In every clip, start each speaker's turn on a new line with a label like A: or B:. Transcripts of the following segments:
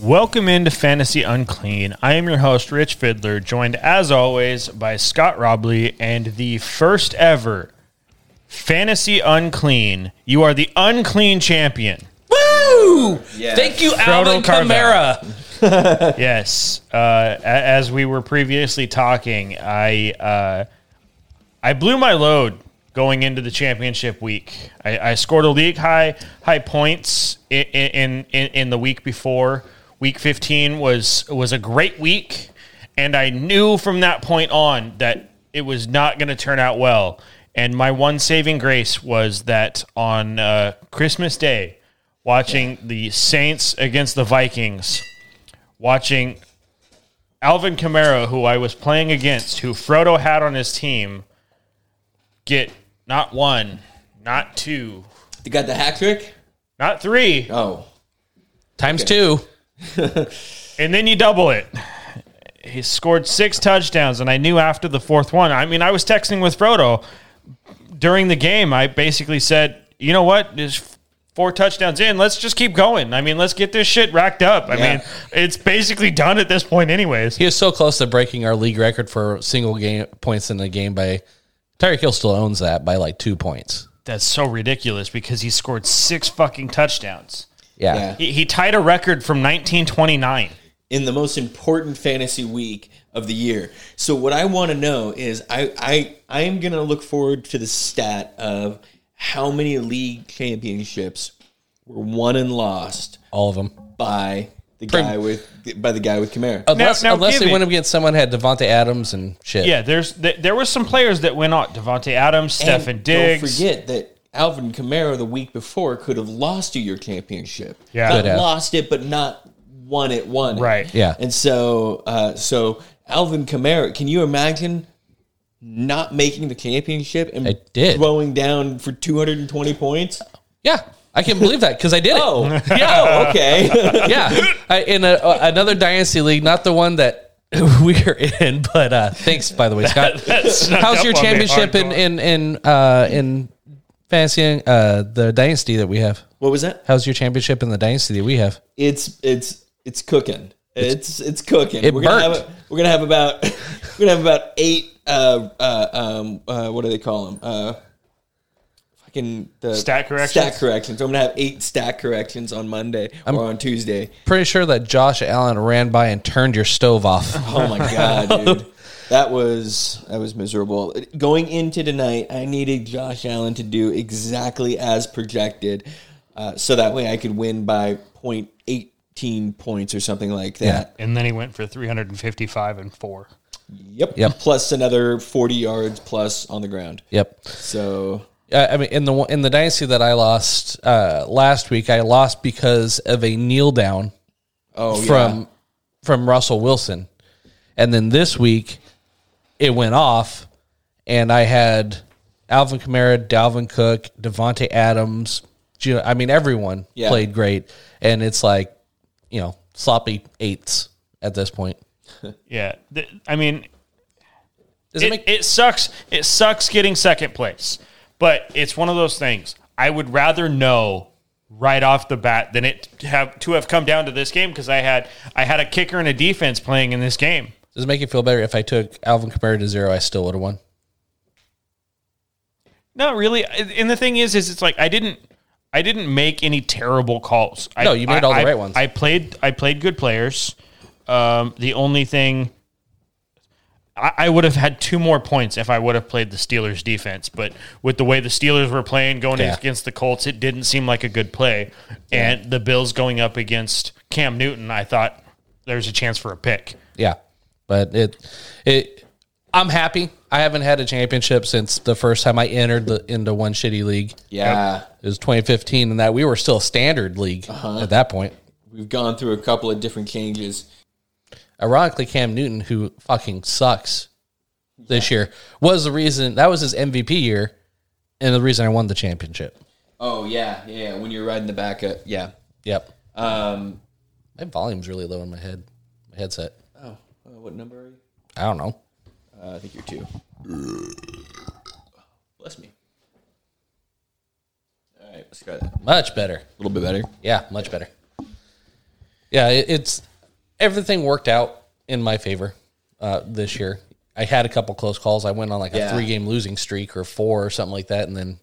A: Welcome into Fantasy Unclean. I am your host, Rich Fiddler, joined as always by Scott Robley and the first ever Fantasy Unclean. You are the unclean champion.
B: Woo!
C: Yes.
B: Thank you, Alvin
A: Carvel.
B: Kamara.
A: Yes, uh, a- as we were previously talking, I uh, I blew my load going into the championship week. I, I scored a league high high points in in, in in the week before. Week fifteen was was a great week, and I knew from that point on that it was not going to turn out well. And my one saving grace was that on uh, Christmas Day, watching the Saints against the Vikings watching Alvin Kamara, who I was playing against, who Frodo had on his team, get not one, not two,
C: You got the hat trick?
A: not three,
C: Oh.
B: Times two.
A: and then you double it. He scored six touchdowns, and I knew after the fourth one. I mean, I was texting with Frodo during the game. I basically said, "You know what? There's four touchdowns in. Let's just keep going. I mean, let's get this shit racked up. I
C: Yeah.
A: mean, it's basically done at this point, anyways."
B: He was so close to breaking our league record for single game points in a game by Tyreek Hill still owns that by like two points.
A: That's so ridiculous because he scored six fucking touchdowns.
B: Yeah.
C: Yeah.
A: He, he tied a record from 1929.
C: In the most important fantasy week of the year. So what I want to know is I I I am gonna look forward to the stat of how many league championships were won and lost
B: All of them.
C: by the guy with by the guy with Kamara.
B: Unless,
A: now
B: unless
A: give
B: they
A: me-
B: went up against someone who had Devonte Adams and shit.
A: Yeah, there's th- there were some players that went out. Devontae Adams, Stephen
C: And
A: Diggs.
C: Don't forget that Alvin Kamara the week before could have lost you your championship.
A: Yeah.
C: not
A: Could
B: have.
C: lost it, but not won it. Won it.
A: Right.
B: Yeah.
C: And so, uh, so Alvin Kamara, can you imagine not making the championship and
B: I did.
C: throwing down for 220 points?
B: Yeah. I can't believe that because I did it.
C: Oh, yeah. okay.
B: yeah. I, in a, uh, another dynasty league, not the one that we're in, but uh, thanks by the way, Scott.
A: snuck
B: How's
A: up
B: your
A: on me
B: championship in
A: hardcore.
B: in in uh, in fantasy uh, the dynasty that we have?
C: what was that?
B: How's your championship in the dynasty that we have?
C: It's it's it's cooking. It's it's cooking.
B: It
C: we're gonna
B: burnt.
C: have we're gonna have about we're gonna have about eight. Uh, uh, um, uh, what do they call them? Uh, fucking the
A: Stat corrections?
C: Stat corrections. I'm gonna have eight stat corrections on Monday or on Tuesday.
B: Pretty sure that Josh Allen ran by and turned your stove off.
C: Oh my god, dude. That was that was miserable. Going into tonight, I needed Josh Allen to do exactly as projected, uh, so that way I could win by point eighteen points or something like that.
A: And then he went for 355 and four.
C: Yep.
B: Yep.
C: Plus another forty yards plus on the ground.
B: Yep.
C: So
B: Uh, I mean, in the in the dynasty that I lost uh, last week, I lost because of a kneel down
C: oh
B: from
C: yeah.
B: from Russell Wilson, and then this week it went off, and I had Alvin Kamara, Dalvin Cook, Devonte Adams. Ju- I mean, everyone
C: Yeah.
B: played great, and it's like you know sloppy eights at this point.
A: Yeah. Th- I mean,
B: Does it,
A: it,
B: make
A: it sucks. It sucks getting second place, but it's one of those things. I would rather know right off the bat than it to have to have come down to this game because I had I had a kicker and a defense playing in this game.
B: does it make you feel better if I took Alvin Kamara to zero? I still would have won.
A: Not really. And the thing is, is it's like I didn't, I didn't make any terrible calls. I,
B: No, you made all the
A: I- I-
B: right ones.
A: I played, I played good players. Um, the only thing, I, I would have had two more points if I would have played the Steelers defense. But with the way the Steelers were playing going
B: Yeah.
A: against the Colts, it didn't seem like a good play. And the Bills going up against Cam Newton, I thought there's a chance for a pick.
B: Yeah, but it it I'm happy. I haven't had a championship since the first time I entered the into one shitty league.
C: yeah.
B: It was 2015, and that we were still a standard league at that point.
C: We've gone through a couple of different changes.
B: Ironically, Cam Newton, who fucking sucks this year, was the reason that was his MVP year, and the reason I won the championship.
C: Oh yeah, yeah. When you're riding the back up, yeah.
B: Yep,
C: Um,
B: my volume's really low in my head, my headset.
C: oh, uh, what number are you?
B: I don't know.
C: Uh, I think you're two. Bless me. All right, let's try that. A
B: Much better.
C: little bit better.
B: Yeah, much better. yeah, it, it's everything worked out in my favor uh, this year. I had a couple close calls. I went on like
C: Yeah.
B: a three game losing streak or four or something like that, and then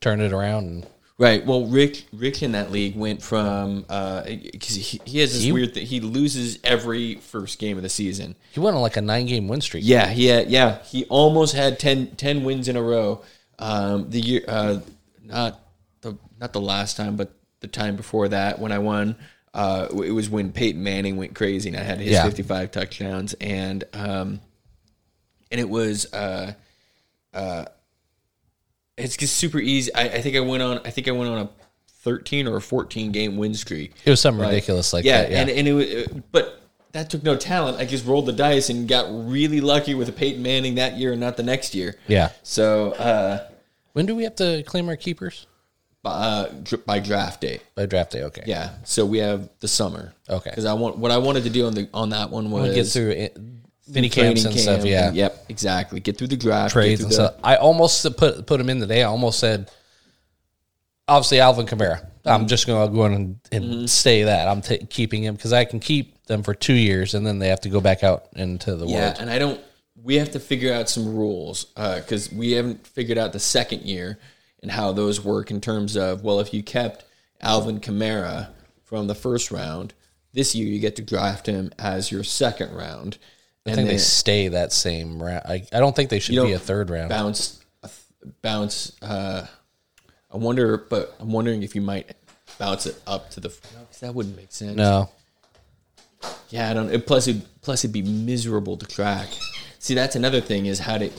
B: turned it around. And
C: Right. Well, Rick Rick in that league went from because he, he has this weird thing. He loses every first game of the season.
B: he went on like a nine game win streak.
C: Yeah. He had, yeah. He almost had 10, 10 wins in a row. Um, the year uh, not the not the last time, but the time before that when I won. Uh, it was when Peyton Manning went crazy and I had his
B: Yeah.
C: 55 touchdowns and um, and it was uh, it's just super easy. I, I think I went on. I think I went on a thirteen or a fourteen game win streak.
B: It was something ridiculous like that, yeah.
C: and and it was, but that took no talent. I just rolled the dice and got really lucky with a Peyton Manning that year and not the next year.
B: Yeah.
C: So uh,
B: When do we have to claim our keepers?
C: by, uh, dr- by draft day,
B: By draft day. Okay.
C: yeah. So we have the summer.
B: Okay.
C: Because I want what I wanted to do on the on that one was
B: We get through it, mini
C: training
B: camps and
C: camp
B: stuff. Yeah.
C: and- Yep. Exactly. Get through the draft. get
B: Trades
C: through
B: and
C: the-
B: stuff. I almost put put him in today. I almost said, obviously Alvin Kamara.
C: Mm-hmm.
B: I'm just going to go in and, and say that I'm t- keeping him because I can keep them for two years and then they have to go back out into the
C: Yeah,
B: world.
C: and I don't. We have to figure out some rules because we haven't figured out the second year and how those work in terms of well, if you kept Alvin Kamara from the first round this year, you get to draft him as your second round,
B: I
C: and
B: think
C: then
B: they stay that same round. I, I don't think they should
C: you
B: be
C: don't
B: a third round.
C: bounce a th- bounce. Uh, I wonder, but I'm wondering if you might bounce it up to the. No, 'cause that wouldn't make sense.
B: No.
C: Yeah, I don't. And plus, it plus it'd be miserable to track. See, that's another thing is how do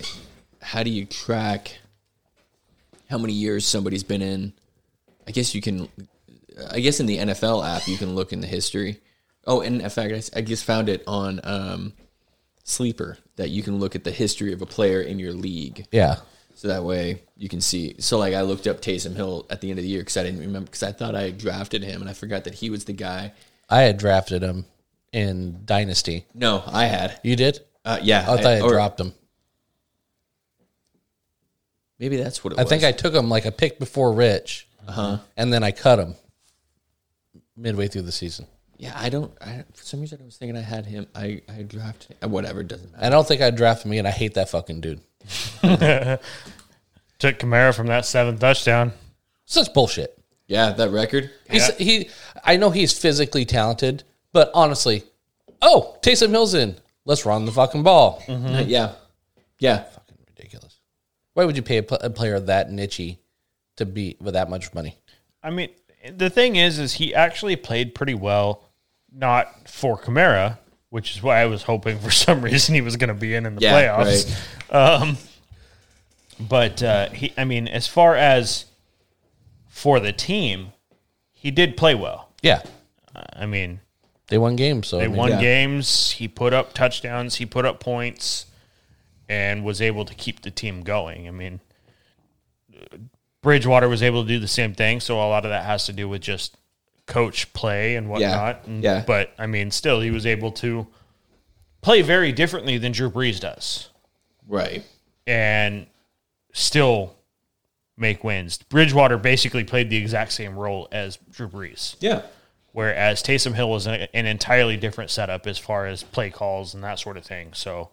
C: how do you track how many years somebody's been in? I guess you can. I guess in the NFL app you can look in the history. Oh, and in fact, I s- I just found it on um, Sleeper that you can look at the history of a player in your league.
B: Yeah.
C: So that way you can see. So like I looked up Taysom Hill at the end of the year because I didn't remember because I thought I had drafted him and I forgot that he was the guy.
B: I had drafted him in Dynasty.
C: No, I had.
B: You did?
C: Uh, yeah,
B: I thought I,
C: or-
B: dropped him.
C: Maybe that's what it
B: I
C: was. Uh-huh.
B: think I took him like a pick before Rich, and then I cut him midway through the season.
C: Yeah, I don't. I, for some reason, I was thinking I had him. I I drafted uh, whatever. it Doesn't matter.
B: I don't think I draft him again. I hate that fucking dude.
A: Took Kamara from that seventh touchdown.
B: Such bullshit.
C: Yeah, that record.
B: He's he. I know he's physically talented, but honestly, oh, Taysom Hill's in. Let's run the fucking ball.
C: Mm-hmm. Yeah, yeah.
B: Ridiculous. Why would you pay a, pl- a player that nichey to be with that much money?
A: I mean, the thing is, is he actually played pretty well, not for Kamara, which is why I was hoping for some reason he was going to be in in the
C: Yeah,
A: playoffs. Um, but uh, he, I mean, as far as for the team, he did play well.
B: Yeah,
A: I mean,
B: they won games, so I
A: they
B: mean,
A: won
C: yeah.
A: games. He put up touchdowns. He put up points, and was able to keep the team going. I mean, Bridgewater was able to do the same thing. So a lot of that has to do with just coach play and whatnot. And-
C: yeah.
A: But I mean, still, he was able to play very differently than Drew Brees does,
C: Right.
A: and still make wins. Bridgewater basically played the exact same role as Drew Brees
C: Yeah.
A: whereas Taysom Hill was an, an entirely different setup as far as play calls and that sort of thing. So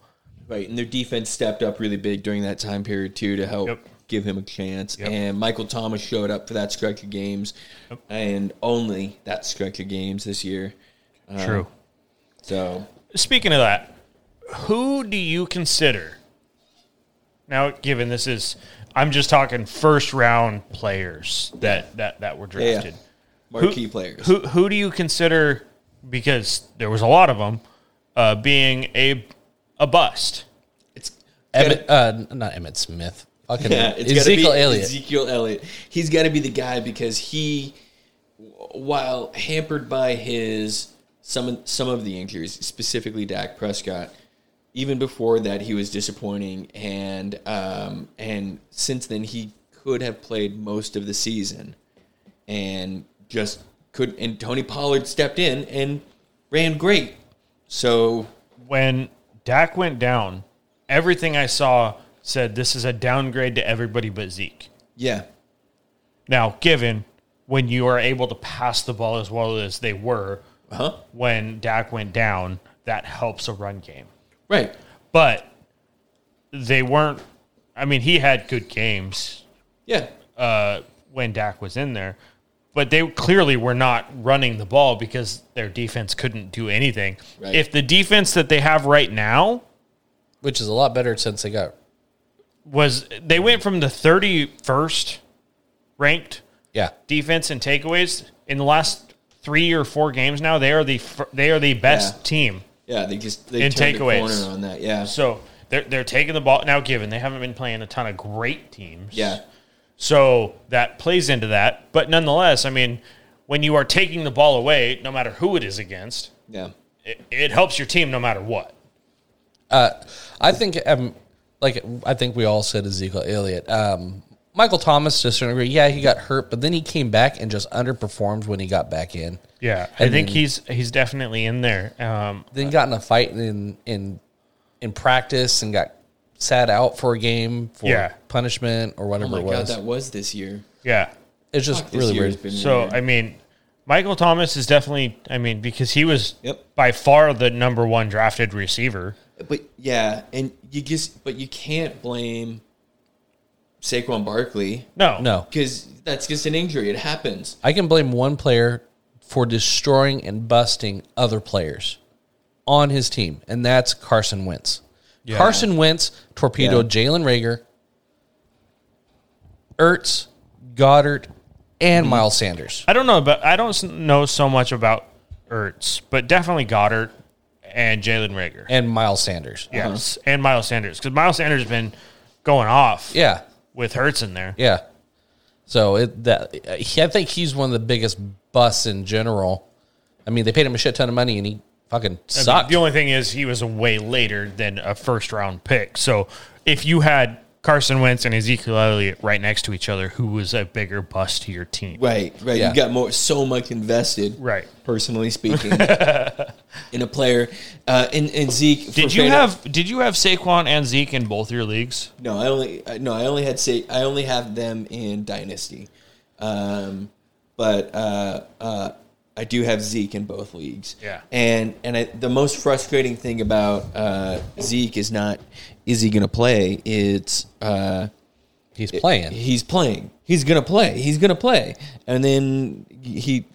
C: Right, and their defense stepped up really big during that time period too to help
A: Yep.
C: give him a chance. And Michael Thomas showed up for that stretch of games, and only that stretch of games this year. Uh,
A: true.
C: So
A: Speaking of that, who do you consider now? Given this is, I'm just talking first round players that that that were
C: yeah.
A: drafted.
C: marquee players.
A: Who who do you consider? Because there was a lot of them uh, being a a bust.
C: It's
B: Emmett, uh, not Emmett Smith. Fucking
C: Yeah, it's
B: Ezekiel
C: gotta be
B: Elliott.
C: Ezekiel Elliott. He's got to be the guy because he, while hampered by his some some of the injuries, specifically Dak Prescott, even before that he was disappointing, and um, and since then he could have played most of the season, and just could. And Tony Pollard stepped in and ran great. So
A: when Dak went down, everything I saw said this is a downgrade to everybody but Zeke.
C: yeah,
A: Now, given when you are able to pass the ball as well as they were,
C: Huh?
A: when Dak went down, that helps a run game.
C: Right.
A: But they weren't. I mean, he had good games
C: Yeah.
A: uh, when Dak was in there, but they clearly were not running the ball because their defense couldn't do anything.
C: Right.
A: If the defense that they have right now
B: which is a lot better since they got
A: was, they went from the 31st ranked
B: yeah
A: defense and takeaways in the last three or four games. Now they are the fir- they are the best
C: Yeah.
A: team.
C: Yeah. They just they
A: In
C: turned
A: takeaways.
C: the corner on that. Yeah.
A: So they're they're taking the ball now. Given they haven't been playing a ton of great teams,
C: Yeah.
A: So that plays into that. But nonetheless, I mean, when you are taking the ball away, no matter who it is against,
C: Yeah.
A: it, it helps your team no matter what.
B: I think um, like I think we all said Ezekiel Elliott. Um, Michael Thomas just agree. Yeah, he got hurt, but then he came back and just underperformed when he got back in.
A: Yeah, I think he's he's definitely in there. Um,
B: Then got in a fight in in in practice and got sat out for a game for
A: Yeah.
B: punishment or
C: Oh
B: whatever
C: my
B: it
C: god,
B: was.
C: that was this year.
A: yeah.
B: it's just
C: Fuck, this
B: really
C: year
B: weird.
C: has been
A: So
C: weird.
A: I mean, Michael Thomas is definitely. I mean, because he was
C: Yep.
A: by far the number one drafted receiver.
C: But yeah, and you just but you can't blame Saquon Barkley
A: No,
B: no,
C: because that's just an injury. It happens.
B: I can blame one player for destroying and busting other players on his team, and that's Carson Wentz. Carson Wentz torpedoed Jalen Rager, Ertz, Goddard, and
A: Mm-hmm.
B: Miles Sanders.
A: I don't know, but I don't s- know so much about Ertz, but definitely Goddard and Jalen Rager.
B: And Miles Sanders.
A: Yes, and Miles Sanders because Miles Sanders has been going off
B: Yeah.
A: with Hertz in there.
B: Yeah. So it, that I think he's one of the biggest busts in general. I mean, they paid him a shit ton of money, and he fucking
A: But
B: sucked.
A: The only thing is he was way later than a first round pick. So if you had Carson Wentz and Ezekiel Elliott right next to each other, who was a bigger bust to your team?
C: Right, right.
B: Yeah.
C: You got more so much invested.
A: Right.
C: Personally speaking, in a player, uh, in in Zeke. for
A: Did you
C: fair-
A: have Did you have Saquon and Zeke in both your leagues?
C: No, I only I- no, I only had say I only have them in Dynasty, um, but uh, uh, I do have Zeke in both leagues.
A: Yeah.
C: and and I, the most frustrating thing about uh, Zeke is not is he going to play? It's uh,
B: he's playing.
C: he's playing. He's gonna play. He's gonna play. And then he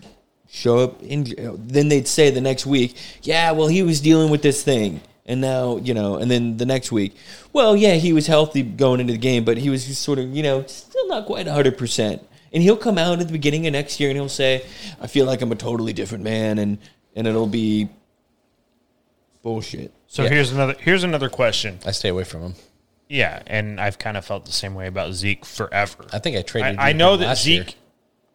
C: show up. In, then they'd say the next week, yeah, well, he was dealing with this thing, and now you know. And then the next week, well, yeah, he was healthy going into the game, but he was just sort of you know still not quite hundred percent. And he'll come out at the beginning of next year and he'll say, I feel like I'm a totally different man, and and it'll be bullshit.
A: So
B: Yeah.
A: here's another here's another question.
B: I stay away from him.
A: Yeah, and I've kind of felt the same way about Zeke forever.
B: I think I traded.
A: I, I
B: him
A: know that
B: last year.
A: Zeke.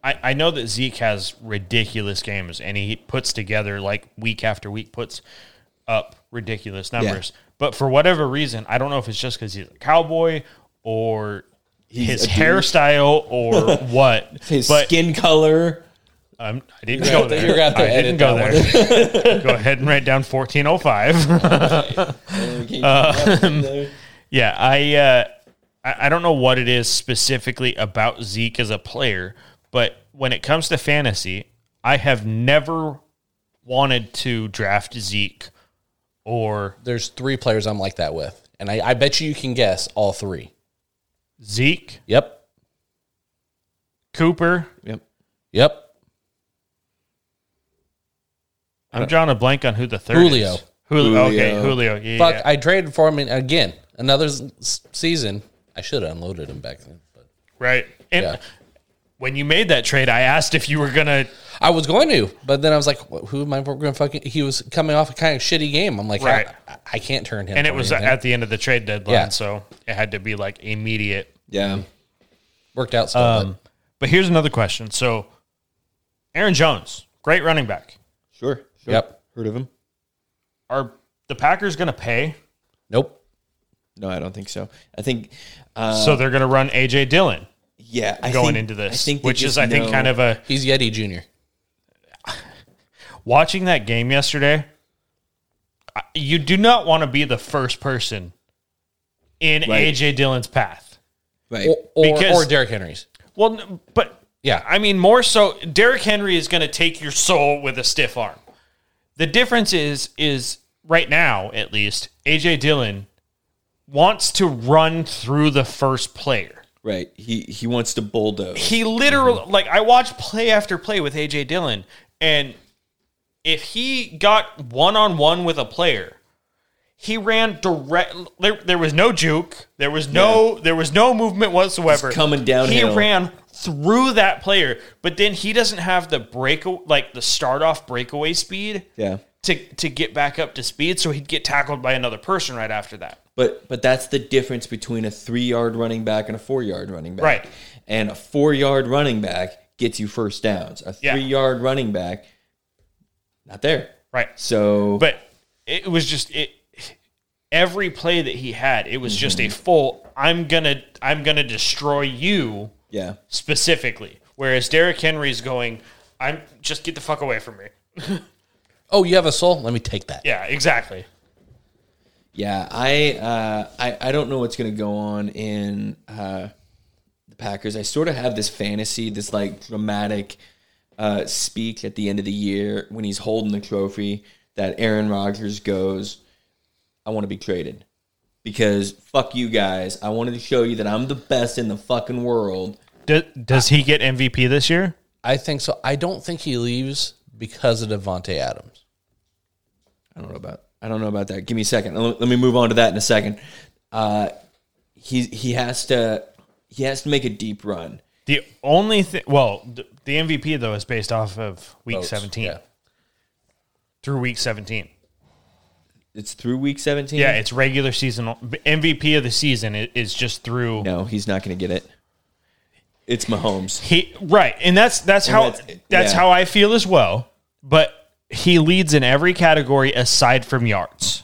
A: I, I know that Zeke has ridiculous games, and he puts together like week after week puts up ridiculous numbers. But for whatever reason, I don't know if it's just because he's a cowboy or his
C: a dude.
A: hairstyle or what.
C: His
A: but
C: skin color.
A: um, I didn't go
B: to-
A: there.
B: you're gonna have to
A: I didn't
B: edit
A: go there. go ahead and write down fourteen oh five. Yeah, I, uh, I I don't know what it is specifically about Zeke as a player, but when it comes to fantasy, I have never wanted to draft Zeke or
B: There's three players I'm like that with, and I, I bet you you can guess all three.
A: Zeke
B: Yep.
A: Cooper.
C: yep.
B: Yep.
A: I'm drawing a blank on who the third
B: Uh, Julio.
A: is. Julio. Okay,
C: Julio.
A: Julio. Yeah,
B: Fuck,
A: yeah.
B: I traded for him and again. Another s- s- season. I should have unloaded him back then. But
A: right. And
B: Yeah.
A: when you made that trade, I asked if you were gonna.
B: I was going to, but then I was like, "Wh- "Who am I going to fucking?" He was coming off a kind of shitty game. I'm like,
A: Right.
B: I, I can't turn him.
A: And it
B: or
A: was
B: anything.
A: at the end of the trade deadline,
B: Yeah.
A: so it had to be like immediate.
C: Yeah.
B: worked out. Still,
A: Um, but here's another question. So, Aaron Jones, great running back.
C: Sure. sure.
B: Yep.
C: Heard of him?
A: Are the Packers going to pay?
B: but nope.
C: No, I don't think so. I think, uh,
A: so they're going to run AJ Dillon
C: yeah, I
A: going
C: think-
A: into
C: I
A: this,
C: think they
A: which
C: just
A: is I think
C: know-
A: kind of a
B: He's Yeti Junior.
A: watching that game yesterday. I- You do not want to be the first person in
C: Right.
A: AJ Dillon's path.
C: right.
B: Or or,
A: Because-
B: or Derrick Henry's.
A: Well, n- but
B: Yeah.
A: I mean more so. Derrick Henry is going to take your soul with a stiff arm. The difference is is right now at least AJ Dillon wants to run through the first player.
C: Right. He he wants to bulldoze.
A: He literally
C: Mm-hmm.
A: like I watched play after play with AJ Dillon and if he got one on one with a player, he ran direct there, there was no juke, there was no there was no movement whatsoever.
C: He's coming downhill.
A: He ran through that player, but then he doesn't have the break like the start off breakaway speed
C: Yeah.
A: to to get back up to speed, so he'd get tackled by another person right after that.
C: But but that's the difference between a three yard running back and a four yard running back.
A: Right.
C: And a four yard running back gets you first downs. A three
A: Yeah.
C: yard running back, not there.
A: Right.
C: So
A: But it was just it every play that he had, it was just a full I'm gonna I'm gonna destroy you
C: yeah,
A: specifically. Whereas Derrick Henry's going, I'm just get the fuck away from me.
B: Oh, you have a soul? Let me take that.
A: Yeah, exactly.
C: yeah. I uh, I I don't know what's gonna go on in uh, the Packers. I sort of have this fantasy, this like dramatic uh, speak at the end of the year when he's holding the trophy that Aaron Rodgers goes, I want to be traded. Because fuck you guys. I wanted to show you that I'm the best in the fucking world.
A: Does, does he get MVP this year?
B: I think so. I don't think he leaves because of Devonte Adams.
C: I don't know about I don't know about that. Give me a second. Let let me move on to that in a second. Uh, he he has to he has to make a deep run.
A: The only thing, well, th- the MVP though is based off of week
B: Votes,
A: 17
B: yeah.
A: through week 17.
C: It's through week 17.
A: Yeah, it's regular season MVP of the season i- is just through
C: No, he's not going to get it. It's Mahomes.
A: he right, and that's that's how that's,
C: that's- yeah.
A: how I feel as well. But he leads in every category aside from yards.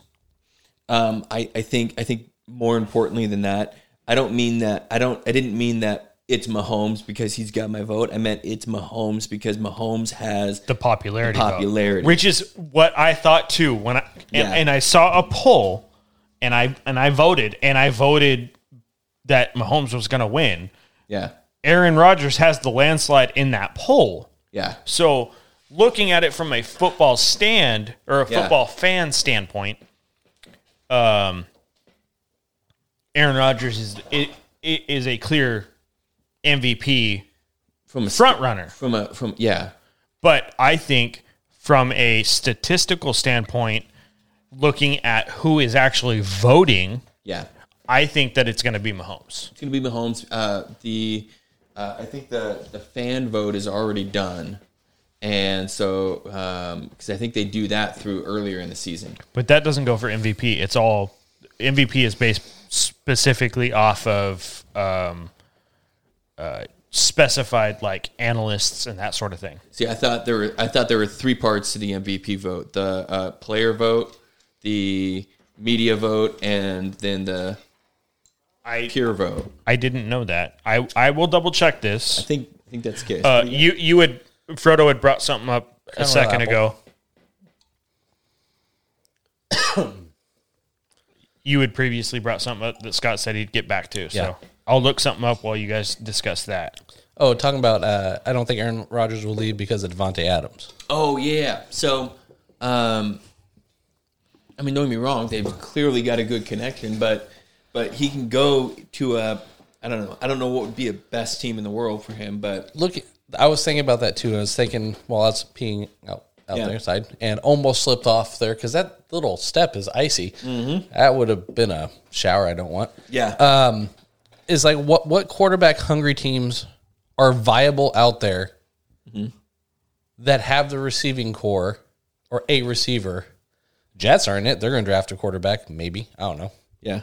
C: Um, I, I think I think more importantly than that, I don't mean that I don't I didn't mean that it's Mahomes because he's got my vote. I meant it's Mahomes because Mahomes has
A: The popularity,
C: The
A: vote,
C: popularity.
A: which is what I thought too when I and,
C: Yeah.
A: and I saw a poll, and I and I voted and I voted that Mahomes was going to win.
C: yeah.
A: Aaron Rodgers has the landslide in that poll.
C: Yeah.
A: So, looking at it from a football stand or a
C: Yeah.
A: football fan standpoint, um, Aaron Rodgers is i- i- is a clear MVP
C: From a
A: front runner.
C: from a from yeah.
A: But I think from a statistical standpoint, looking at who is actually voting,
C: Yeah.
A: I think that it's going to be Mahomes.
C: It's going to be Mahomes uh the uh, I think the the fan vote is already done. And so um cuz I think they do that through earlier in the season.
A: But that doesn't go for MVP. It's all MVP is based specifically off of um, uh, specified like analysts and that sort of thing.
C: See, I thought there were I thought there were three parts to the MVP vote: the uh, player vote, the media vote, and then the
A: I
C: peer vote.
A: I didn't know that. I I will double check
C: I
A: this.
C: think I think that's the case.
A: Uh, you you had Frodo had brought something up a second
B: apple.
A: ago. you had previously brought something up that Scott said he'd get back to. So
B: Yeah.
A: I'll look something up while you guys discuss that.
B: Oh, talking about, uh, I don't think Aaron Rodgers will leave because of Devonte Adams.
C: oh yeah. So, um, I mean, don't get me wrong; they've clearly got a good connection, but but he can go to a I don't know I don't know what would be a best team in the world for him, but
B: Look, I was thinking about that too. I was thinking while I was peeing out, out
C: Yeah.
B: there side and almost slipped off there because that little step is icy. Mm-hmm. That would have been a shower I don't want.
C: yeah,
B: is like what what quarterback hungry teams are viable out there that have the receiving core or a receiver. Jets aren't it. They're going to draft a quarterback, maybe. I don't know.
C: yeah.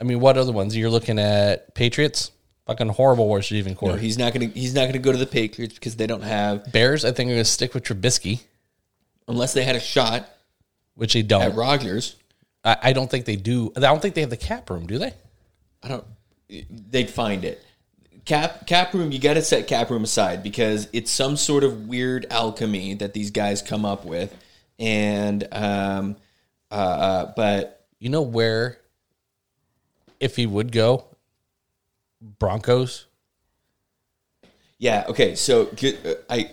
B: I mean, what other ones? You're looking at Patriots, fucking horrible receiving core.
C: No, he's not gonna he's not gonna go to the Patriots because they don't have
B: Bears, I think, are going to stick with Trubisky,
C: unless they had a shot
B: which they
C: at
B: don't.
C: Rodgers.
B: I, I don't think they do. I don't think they have the cap room, do they?
C: I don't. They'd find it. Cap cap room. You got to set cap room aside because it's some sort of weird alchemy that these guys come up with, and um, uh, uh, but
B: You know where, if he would go, Broncos.
C: yeah. Okay. So good. uh, I.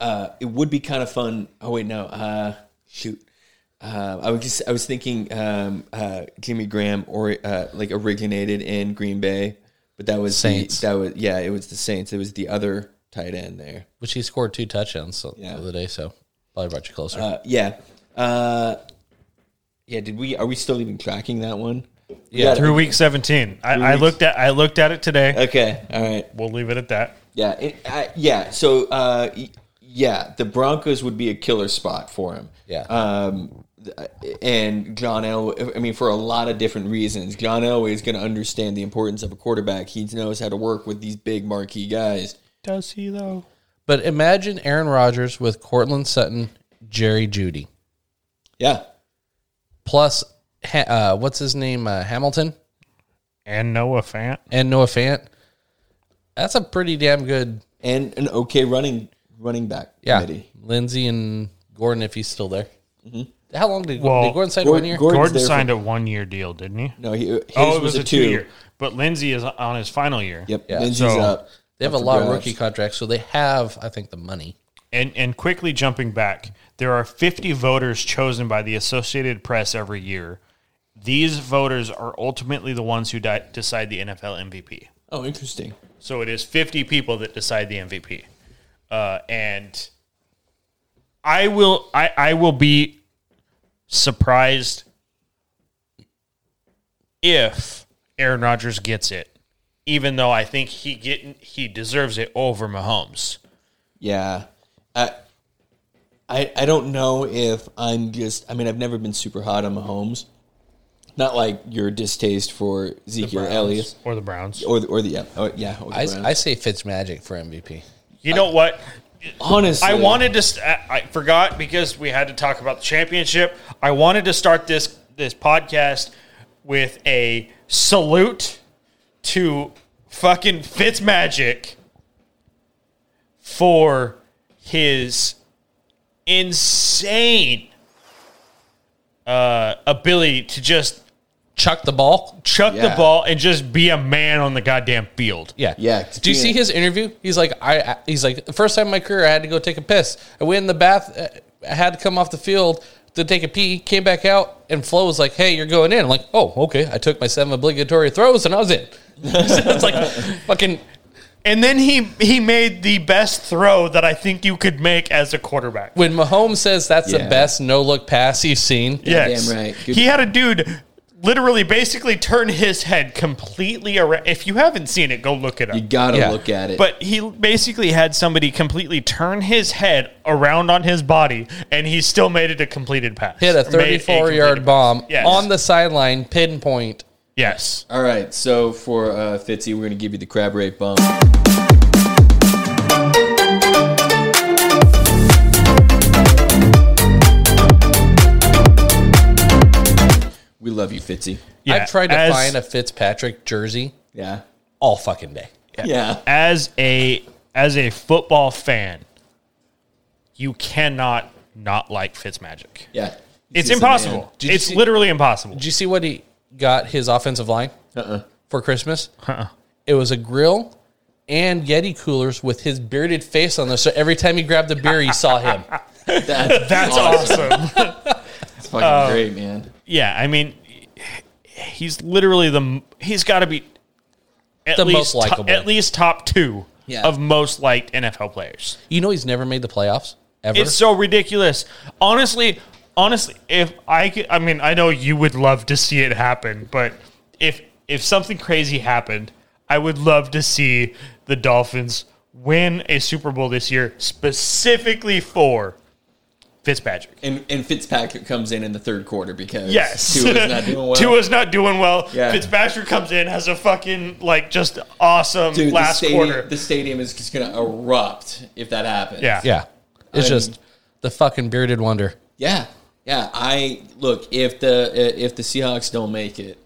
C: uh, it would be kind of fun. Oh wait, no, uh, shoot. Uh, I was just I was thinking um, uh, Jimmy Graham or uh, like originated in Green Bay, but that was the-
B: Saints.
C: that was yeah, it was the Saints. It was the other tight end there.
B: which he scored two touchdowns so,
C: Yeah.
B: the other day, so probably brought you closer.
C: Uh, yeah, uh, yeah. Did we are we still even tracking that one?
B: Yeah.
A: through week 17. I, I looked at I looked at it today.
C: Okay, all right.
A: We'll leave it at that.
C: Yeah, it, I, yeah. So, uh, y- yeah, the Broncos would be a killer spot for him.
B: Yeah.
C: Um, th- and John Elway. I mean, for a lot of different reasons, John Elway is going to understand the importance of a quarterback. He knows how to work with these big marquee guys.
A: Does he though?
B: but imagine Aaron Rodgers with Cortland Sutton, Jerry Judy,
C: Yeah.
B: plus Ha- uh, what's his name uh, Hamilton
A: And Noah Fant.
B: and Noah Fant. That's a pretty damn good
C: And an okay running running back
B: yeah.
C: committee.
B: Lindsey and Gordon if he's still there. How long did,
A: Well,
B: did Gordon sign
C: Gord-
B: one year?
C: Gordon's
A: Gordon
C: there for-
A: signed a one year deal, didn't he?
C: No, he, his
A: oh, it
C: was, a, two.
A: year. But Lindsey is on his final year.
C: Yep.
B: Yeah.
C: Lindsey's
A: So-
C: up.
B: They have a
C: Up for
B: lot of
C: grabs.
B: rookie contracts, so they have, I think, the money.
A: And and quickly jumping back, there are 50 voters chosen by the Associated Press every year. These voters are ultimately the ones who di- decide the NFL MVP.
C: Oh, interesting.
A: So it is 50 people that decide the MVP. Uh, and I will I, I will be surprised if Aaron Rodgers gets it, even though I think he get, he deserves it over Mahomes.
C: Yeah. I, I I don't know if I'm just I mean, I've never been super hot on Mahomes. Not like your distaste for Zeke or Elliott
A: Or the Browns.
C: or the, or the yeah, oh, yeah or the
B: I,
C: Browns.
B: I say Fitzmagic for MVP.
A: You know what?
C: honestly
A: I wanted to. St- I I forgot because we had to talk about the championship. I wanted to start this this podcast with a salute to fucking Fitzmagic for his insane uh, ability to just
B: Chuck the ball.
A: chuck
C: Yeah.
A: the ball and just be a man on the goddamn field.
B: Yeah.
C: Yeah,
B: Do you
C: yeah.
B: see his interview? He's like, I. I- He's like, the first time in my career, I had to go take a piss. I went in the bath. uh, I had to come off the field to take a pee. Came back out, and Flo was like, "Hey, you're going in." I'm like, "Oh, okay." I took my seven obligatory throws, and I was in. it's like fucking
A: And then he he made the best throw that I think you could make as a quarterback.
B: when Mahomes says that's
C: Yeah.
B: the best no look pass you've seen.
A: Yes.
C: Damn right. Good-
A: He had a dude literally basically turn his head completely around. If you haven't seen it, go look it up.
C: you got to
B: Yeah.
C: look at it.
A: but he basically had somebody completely turn his head around on his body, and he still made it a completed pass.
B: Hit a
A: Or made
B: 34
A: completed
B: yard bomb
A: pass. Yes.
B: on the sideline, pinpoint.
A: Yes.
C: all right, so for uh, Fitzy, we're going to give you the crab rate bump. We love you, Fitzy.
A: Yeah.
B: I've tried to
A: As-
B: find a Fitzpatrick jersey
C: Yeah.
B: all fucking day.
C: Yeah.
A: as a as a football fan, you cannot not like Fitzmagic.
C: Yeah.
A: It's
C: He's the man.
A: impossible.
B: Did you
A: It's
B: see-
A: literally impossible.
B: Did you see what he got his offensive line
C: Uh-uh.
B: for Christmas? It was a grill and Yeti coolers with his bearded face on there. So every time you grabbed a beer, you saw him.
C: That's,
A: That's awesome. Um,
C: It's fucking great, man.
A: Yeah, I mean, he's literally the he's got to be at
B: The
A: least
B: most
A: to-
B: likable.
A: at least top two
C: Yeah.
A: of most liked NFL players.
B: You know he's never made the playoffs ever.
A: It's so ridiculous. Honestly, honestly, if I could, I mean, I know you would love to see it happen, but if if something crazy happened, I would love to see the Dolphins win a Super Bowl this year, specifically for Fitzpatrick.
C: And and Fitzpatrick comes in in the third quarter because
A: Yes.
C: Tua's not doing well.
A: Tua's not doing well.
C: Yeah.
A: Fitzpatrick comes in, has a fucking, like, just awesome
C: Dude,
A: last
C: the stadium,
A: quarter.
C: The stadium is just gonna erupt if that happens.
A: yeah.
B: yeah. It's
C: I'm-
B: just the fucking bearded wonder.
C: Yeah. Yeah. I look if the uh, if the Seahawks don't make it,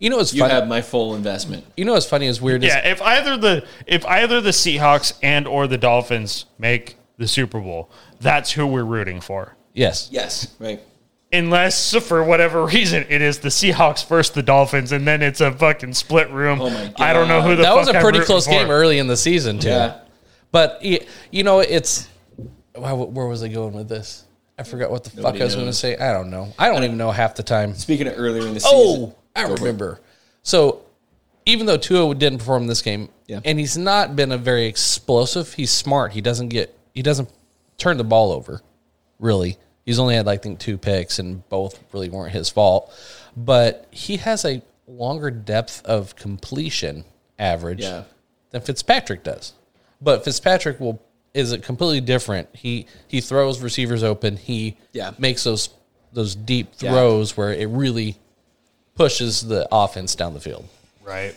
B: You know what's
C: you
B: funny?
C: have my full investment.
B: you know what's funny is weird. Is
A: Yeah, if either the if either the Seahawks and or the Dolphins make the Super Bowl, that's who we're rooting for.
B: yes.
C: Yes. Right.
A: Unless for whatever reason it is the Seahawks versus the Dolphins, and then it's a fucking split room.
C: Oh my
A: I don't know who
C: God.
A: the
B: That was
A: fuck
B: a
A: I'm
B: pretty
A: rooting
B: close
A: for.
B: game early in the season too.
C: Yeah.
B: But y- you know it's wow, wh- where was I going with this? I forgot what the
C: Nobody
B: fuck I was going to
C: knows.
B: say. I don't know. I don't even know half the time.
C: Speaking of earlier in the season,
B: Oh, I remember. So even though Tua didn't perform this game,
C: Yeah.
B: and he's not been a very explosive, he's smart. He doesn't get he doesn't turn the ball over, really. He's only had I think two picks, and both really weren't his fault. But he has a longer depth of completion average
C: Yeah.
B: than Fitzpatrick does. But Fitzpatrick will is it completely different. He he throws receivers open. He
C: Yeah.
B: makes those those deep throws where it really pushes the offense down the field.
A: Right.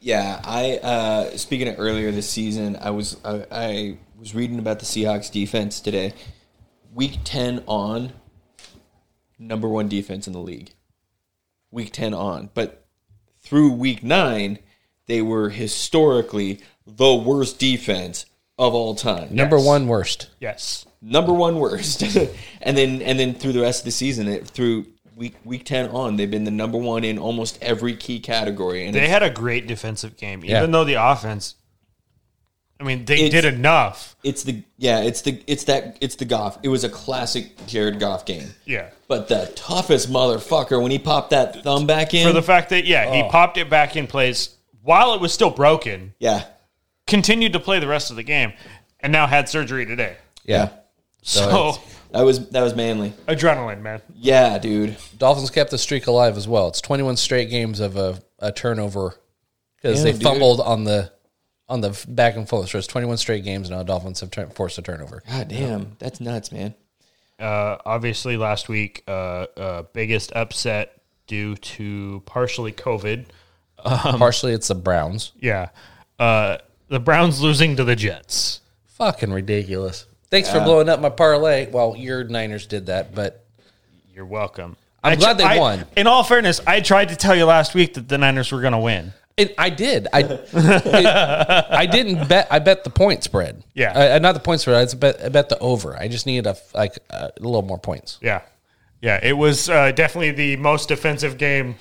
C: Yeah, I uh, speaking of earlier this season, I was I, I was reading about the Seahawks defense today. Week ten on, number one defense in the league. Week ten on, but through week nine, they were historically the worst defense of all time.
B: Number
A: Yes.
B: one worst.
A: Yes.
C: Number one worst, and then and then through the rest of the season, it, through week week ten on, they've been the number one in almost every key category. And
A: They had a great defensive game, even
B: Yeah.
A: though the offense. I mean, they
C: It's-
A: did enough.
C: It's the yeah, it's the it's that it's the Goff. It was a classic Jared Goff game.
A: Yeah.
C: But the toughest motherfucker when he popped that thumb back in.
A: For the fact that yeah,
B: Oh.
A: he popped it back in place while it was still broken,
C: yeah.
A: continued to play the rest of the game, and now had surgery today.
B: Yeah.
A: So
C: That was that was manly.
A: adrenaline, man.
C: Yeah, dude.
B: Dolphins kept the streak alive as well. It's 21 straight games of a, a turnover because they
C: Damn, dude.
B: fumbled on the on the f- back and forth. So it's 21 straight games now. Dolphins have turn forced a turnover.
C: God damn. That's nuts, man.
A: Uh, obviously, last week, uh, uh, biggest upset due to partially COVID.
B: Partially, it's the Browns.
A: Yeah, uh, the Browns losing to the Jets.
B: Fucking ridiculous. Thanks for blowing up my parlay. Well, your Niners did that, but
A: You're welcome.
B: I'm glad they
A: I-
B: won.
A: In all fairness, I tried to tell you last week that the Niners were going to win.
B: And I did. I it- I didn't bet. I bet the point spread.
A: Yeah.
B: Uh, not the point spread. I just bet, I bet the over. I just needed a f- like uh, a little more points.
A: Yeah, yeah. It was uh, definitely the most defensive game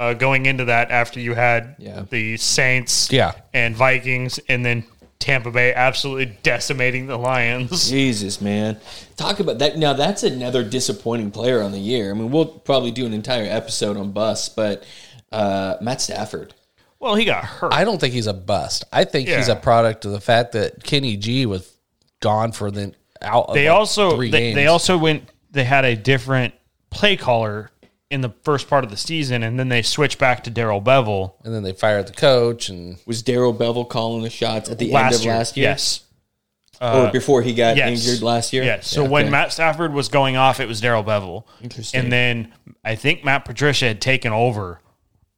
A: uh, going into that. After you had
C: Yeah.
A: the Saints,
B: Yeah.
A: and Vikings, and then Tampa Bay absolutely decimating the Lions.
C: Jesus, man. Talk about that. Now that's another disappointing player on the year. I mean, we'll probably do an entire episode on bus, but uh, Matt Stafford.
A: Well, he got hurt.
B: I don't think he's a bust. I think he's
A: Yeah.
B: a product of the fact that Kenny G was gone for the out. Of
A: they
B: like
A: also
B: three
A: they, they
B: games.
A: also went they had a different play caller in the first part of the season and then they switched back to daryl bevel
B: and then they fired the coach and
C: Was Daryl Bevel calling the shots at the end
A: last
C: of
A: year
C: last year?
A: yes
C: or before he got
A: yes.
C: injured last year?
A: yeah so when matt stafford was going off it was daryl bevel
C: Interesting.
A: and then i think matt patricia had taken over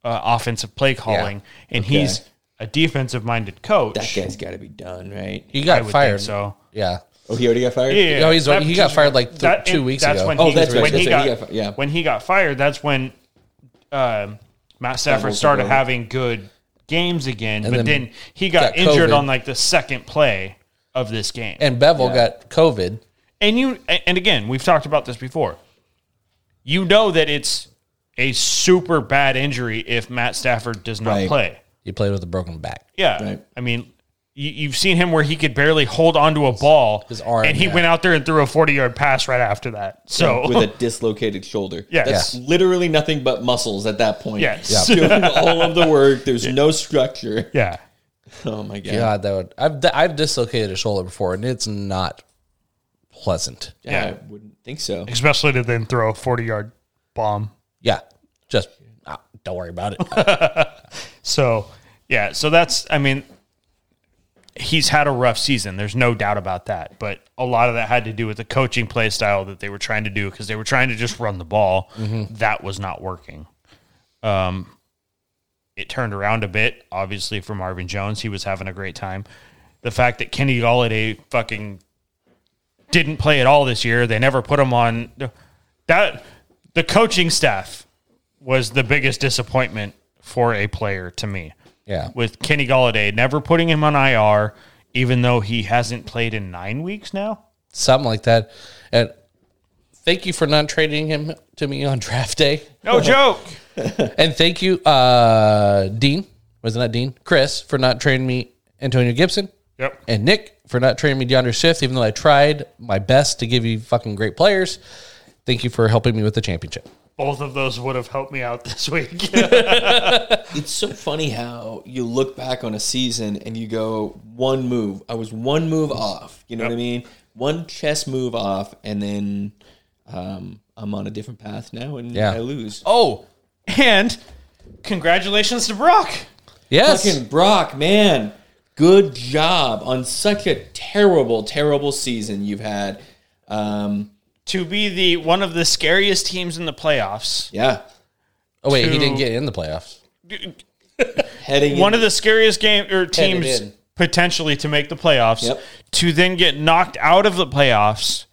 A: uh, offensive play calling and he's a defensive minded coach
C: That guy's got to be done, right?
B: he got
A: I would
B: fired.
A: think so
B: Yeah.
C: Oh, he already got fired?
A: yeah,
B: No, he's-
A: Matt
B: he got
A: Patricia-
B: fired, like, th- two weeks
A: that's
B: ago.
A: When
B: Oh,
A: he,
C: that's right,
A: when
C: that's
A: he
C: right, he
A: got,
C: got fi- yeah.
A: when he got fired. That's when um Matt Stafford
C: Double
A: started
C: double.
A: having good games again, but
B: then
A: then, he got,
B: got
A: injured
B: COVID.
A: on like the second play of this game. And,
B: And Bevel got COVID.
A: you and again, we've talked about this before. You know that it's a super bad injury if Matt Stafford does not
C: Right.
A: play.
B: He played with a broken back.
A: Yeah.
C: Right.
A: I mean, you, you've seen him where he could barely hold onto a ball,
B: his arm,
A: and he
B: yeah.
A: went out there and threw a forty-yard pass right after that. So
C: with a dislocated shoulder.
A: Yes.
C: That's literally nothing but muscles at that point.
A: Yes. Yeah.
C: Doing all of the work. There's no structure.
A: yeah,
C: Oh my god.
B: God, that would I've I've dislocated a shoulder before, and it's not pleasant.
C: Yeah,
A: Yeah.
C: I wouldn't think so.
A: especially to then throw a forty-yard bomb.
B: Yeah, just ah, don't worry about it.
A: So yeah, so that's I mean, he's had a rough season. There's no doubt about that. But a lot of that had to do with the coaching play style that they were trying to do because they were trying to just run the ball. That was not working. Um, it turned around a bit, obviously for Marvin Jones. He was having a great time. The fact that Kenny Galladay fucking didn't play at all this year. They never put him on that. The coaching staff was the biggest disappointment for a player to me.
B: Yeah.
A: With Kenny Galladay, never putting him on IR, even though he hasn't played in nine weeks now.
B: Something like that. And thank you for not trading him to me on draft day.
A: No joke.
B: And thank you, uh, Dean. Was it not Dean? Chris for not trading me Antonio Gibson
A: Yep.
B: and Nick for not trading me DeAndre Swift, even though I tried my best to give you fucking great players. Thank you for helping me with the championship.
A: Both of those would have helped me out this week.
C: It's so funny how you look back on a season and you go one move. I was one move off. You know what I mean? One chess move off, and then um, I'm on a different path now, and
B: Yeah.
C: I lose.
A: oh, and congratulations to Brock.
B: Yes.
C: Fucking Brock, man, good job on such a terrible, terrible season you've had. Um,
A: To be the one of the scariest teams in the playoffs.
C: yeah,
B: oh wait, he
A: to-
B: didn't get in the playoffs.
C: heading
A: One of the scariest game or
C: Headed
A: teams
C: in.
A: potentially to make the playoffs.
C: Yep.
A: To then get knocked out of the playoffs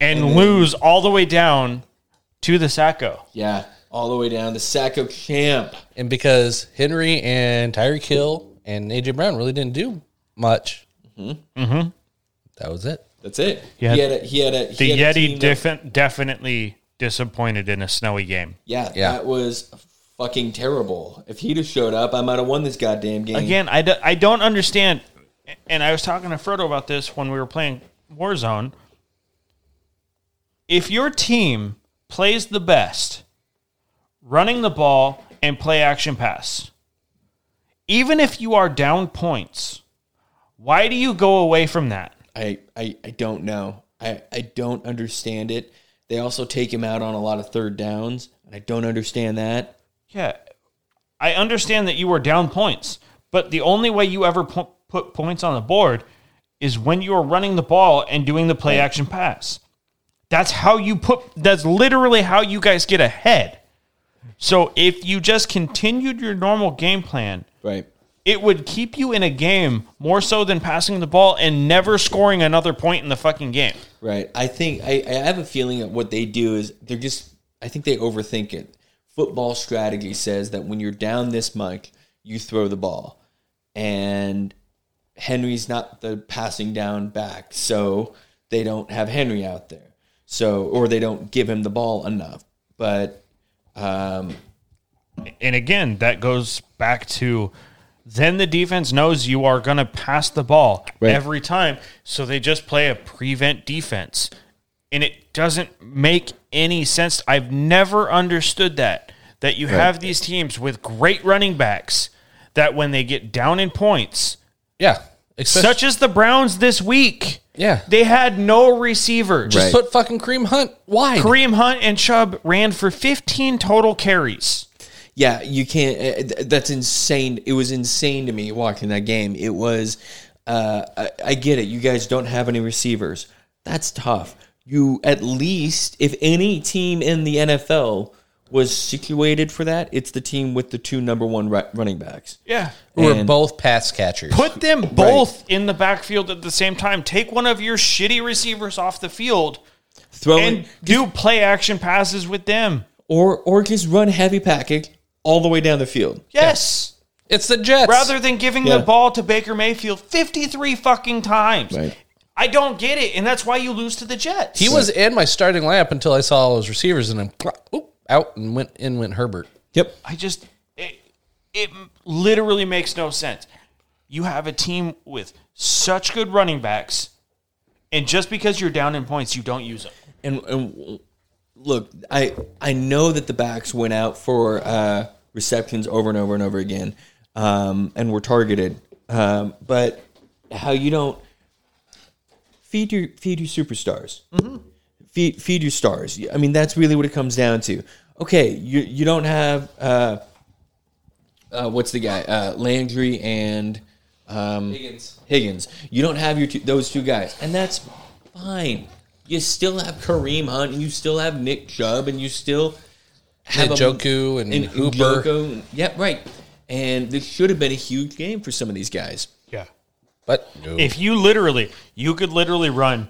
A: and, lose all the way down to the Sacco.
C: yeah, all the way down to Sacco Champ.
B: And because Henry and Tyreek Hill and AJ Brown really didn't do much. Mm-hmm. That was it.
C: That's it.
A: Yeah.
C: He had a he had a
A: The
C: he had a
A: Yeti
C: team that-
A: defi- definitely disappointed in a snowy game.
C: Yeah,
B: Yeah.
C: that was fucking terrible. If he'd have showed up, I might have won this goddamn game.
A: Again, I, do, I don't understand. And I was talking to Frodo about this when we were playing Warzone. If your team plays the best running the ball and play action pass, even if you are down points, why do you go away from that?
C: I, I I don't know. I I don't understand it. They also take him out on a lot of third downs, and I don't understand that.
A: Yeah, I understand that you were down points, but the only way you ever po- put points on the board is when you are running the ball and doing the play action pass. That's how you put. That's literally how you guys get ahead. So if you just continued your normal game plan,
C: Right.
A: it would keep you in a game more so than passing the ball and never scoring another point in the fucking game.
C: Right. I think I, I have a feeling that what they do is they're just I think they overthink it. Football strategy says that when you're down this much, you throw the ball. And Henry's not the passing down back, so they don't have Henry out there. So or they don't give him the ball enough. But um
A: and again, that goes back to then the defense knows you are going to pass the ball
C: Right.
A: every time. So they just play a prevent defense. And it doesn't make any sense. I've never understood that. That you have these teams with great running backs that when they get down in points,
B: Yeah. Especially,
A: such as the Browns this week,
B: yeah.
A: they had no receivers.
C: Right.
B: Just put fucking Cream Hunt wide.
A: Kareem Hunt and Chubb ran for 15 total carries.
C: Yeah, you can't. uh, th- That's insane. It was insane to me watching that game. It was. Uh, I, I get it. You guys don't have any receivers. That's tough. You at least, if any team in the NFL was situated for that, it's the team with the two number one ri- running backs.
A: Yeah.
B: Who were
C: And-
B: both pass catchers.
A: Put them both in the backfield at the same time. Take one of your shitty receivers off the field
C: Throwing
A: and do play action passes with them.
C: or or just run heavy package all the way down the field.
A: Yes.
B: it's the Jets.
A: Rather than giving
C: Yeah.
A: the ball to Baker Mayfield 53 fucking times.
C: Right.
A: I don't get it. And that's why you lose to the Jets.
B: he was in my starting lineup until I saw all those receivers and then oop, out and went in went Herbert.
C: Yep.
A: I just, it, it literally makes no sense. You have a team with such good running backs, and just because you're down in points, you don't use them.
C: and, and look, I I know that the backs went out for uh, receptions over and over and over again, um, and were targeted. Um, but how you don't feed your feed your superstars, feed feed your stars. I mean, that's really what it comes down to. Okay, you you don't have uh, uh, what's the guy uh, Landry and um,
B: Higgins.
C: Higgins. You don't have your two, those two guys, and that's fine. You still have Kareem Hunt, and you still have Nick Chubb, and you still have a-
B: Njoku and Hooper.
C: Njoku. Yep, right. And this should have been a huge game for some of these guys.
A: Yeah.
B: But no.
A: If you literally, you could literally run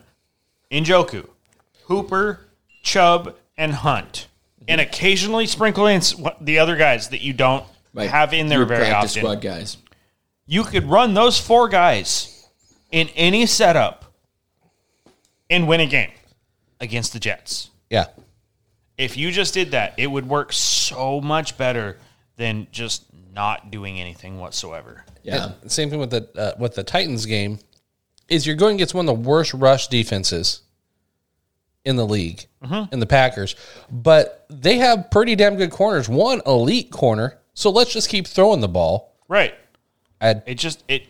A: Njoku, Hooper, Chubb, and Hunt, and
C: Mm-hmm.
A: occasionally sprinkle in s- what- the other guys that you don't
C: Right.
A: have in there
C: Your
A: very often.
C: practice squad guys.
A: You could run those four guys in any setup and win a game against the Jets.
B: yeah.
A: If you just did that, it would work so much better than just not doing anything whatsoever.
C: Yeah.
B: And same thing with the uh, with the Titans game. is you're going against one of the worst rush defenses in the league, in the Packers, but they have pretty damn good corners. One elite corner, so let's just keep throwing the ball.
A: Right.
B: I
A: It just it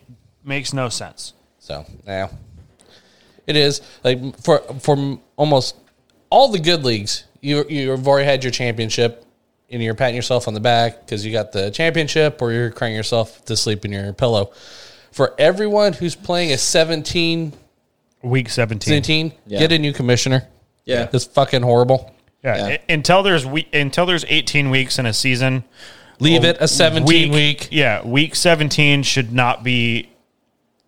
A: makes no sense.
B: so now it is like for for almost all the good leagues, you you've already had your championship. And you're patting yourself on the back because you got the championship, or you're crying yourself to sleep in your pillow. For everyone who's playing a 17
A: Week 17.
B: 17,
C: Yeah.
B: get a new commissioner.
C: Yeah.
B: That's fucking horrible.
A: Yeah.
C: Yeah.
A: I- Until there's we, until there's 18 weeks in a season.
B: Leave it a 17 week.
A: Yeah, week 17 should not be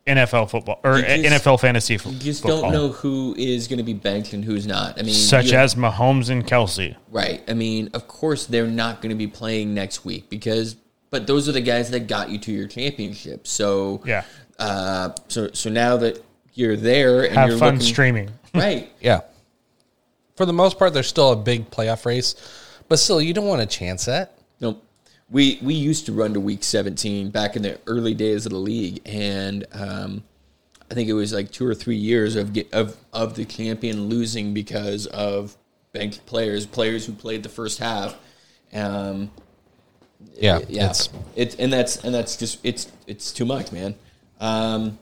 A: NFL football or
C: You just-
A: NFL fantasy fo-
C: You just
A: football.
C: don't know who is going to be banked and who's not. I mean,
A: Such
C: you-
A: as Mahomes and Kelsey.
C: right. I mean, of course they're not going to be playing next week because, but those are the guys that got you to your championship. So
A: Yeah.
C: Uh, so so now that you're there and
A: Have
C: you're
A: fun
C: looking,
A: streaming.
C: right?
B: Yeah. For the most part, there's still a big playoff race, but still, you don't want to chance that.
C: No, we we used to run to week 17 back in the early days of the league, and um, I think it was like two or three years of get, of of the champion losing because of banked players, players who played the first half. Um,
B: Yeah.
C: yeah,
B: It's,
C: it's and that's and that's just it's it's too much, man. Um,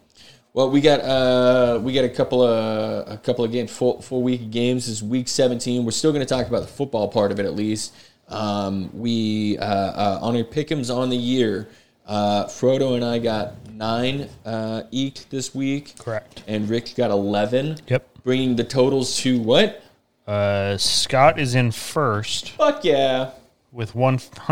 C: well, we got uh, we got a couple of a couple of games, full full week of games. This is week seventeen. We're still going to talk about the football part of it at least. Um, we uh, uh, on our pickems on the year. Uh, Frodo and I got nine uh, each this week.
A: Correct.
C: And Rick got eleven.
A: Yep.
C: Bringing the totals to what?
A: Uh, Scott is in first
C: Fuck yeah!
A: with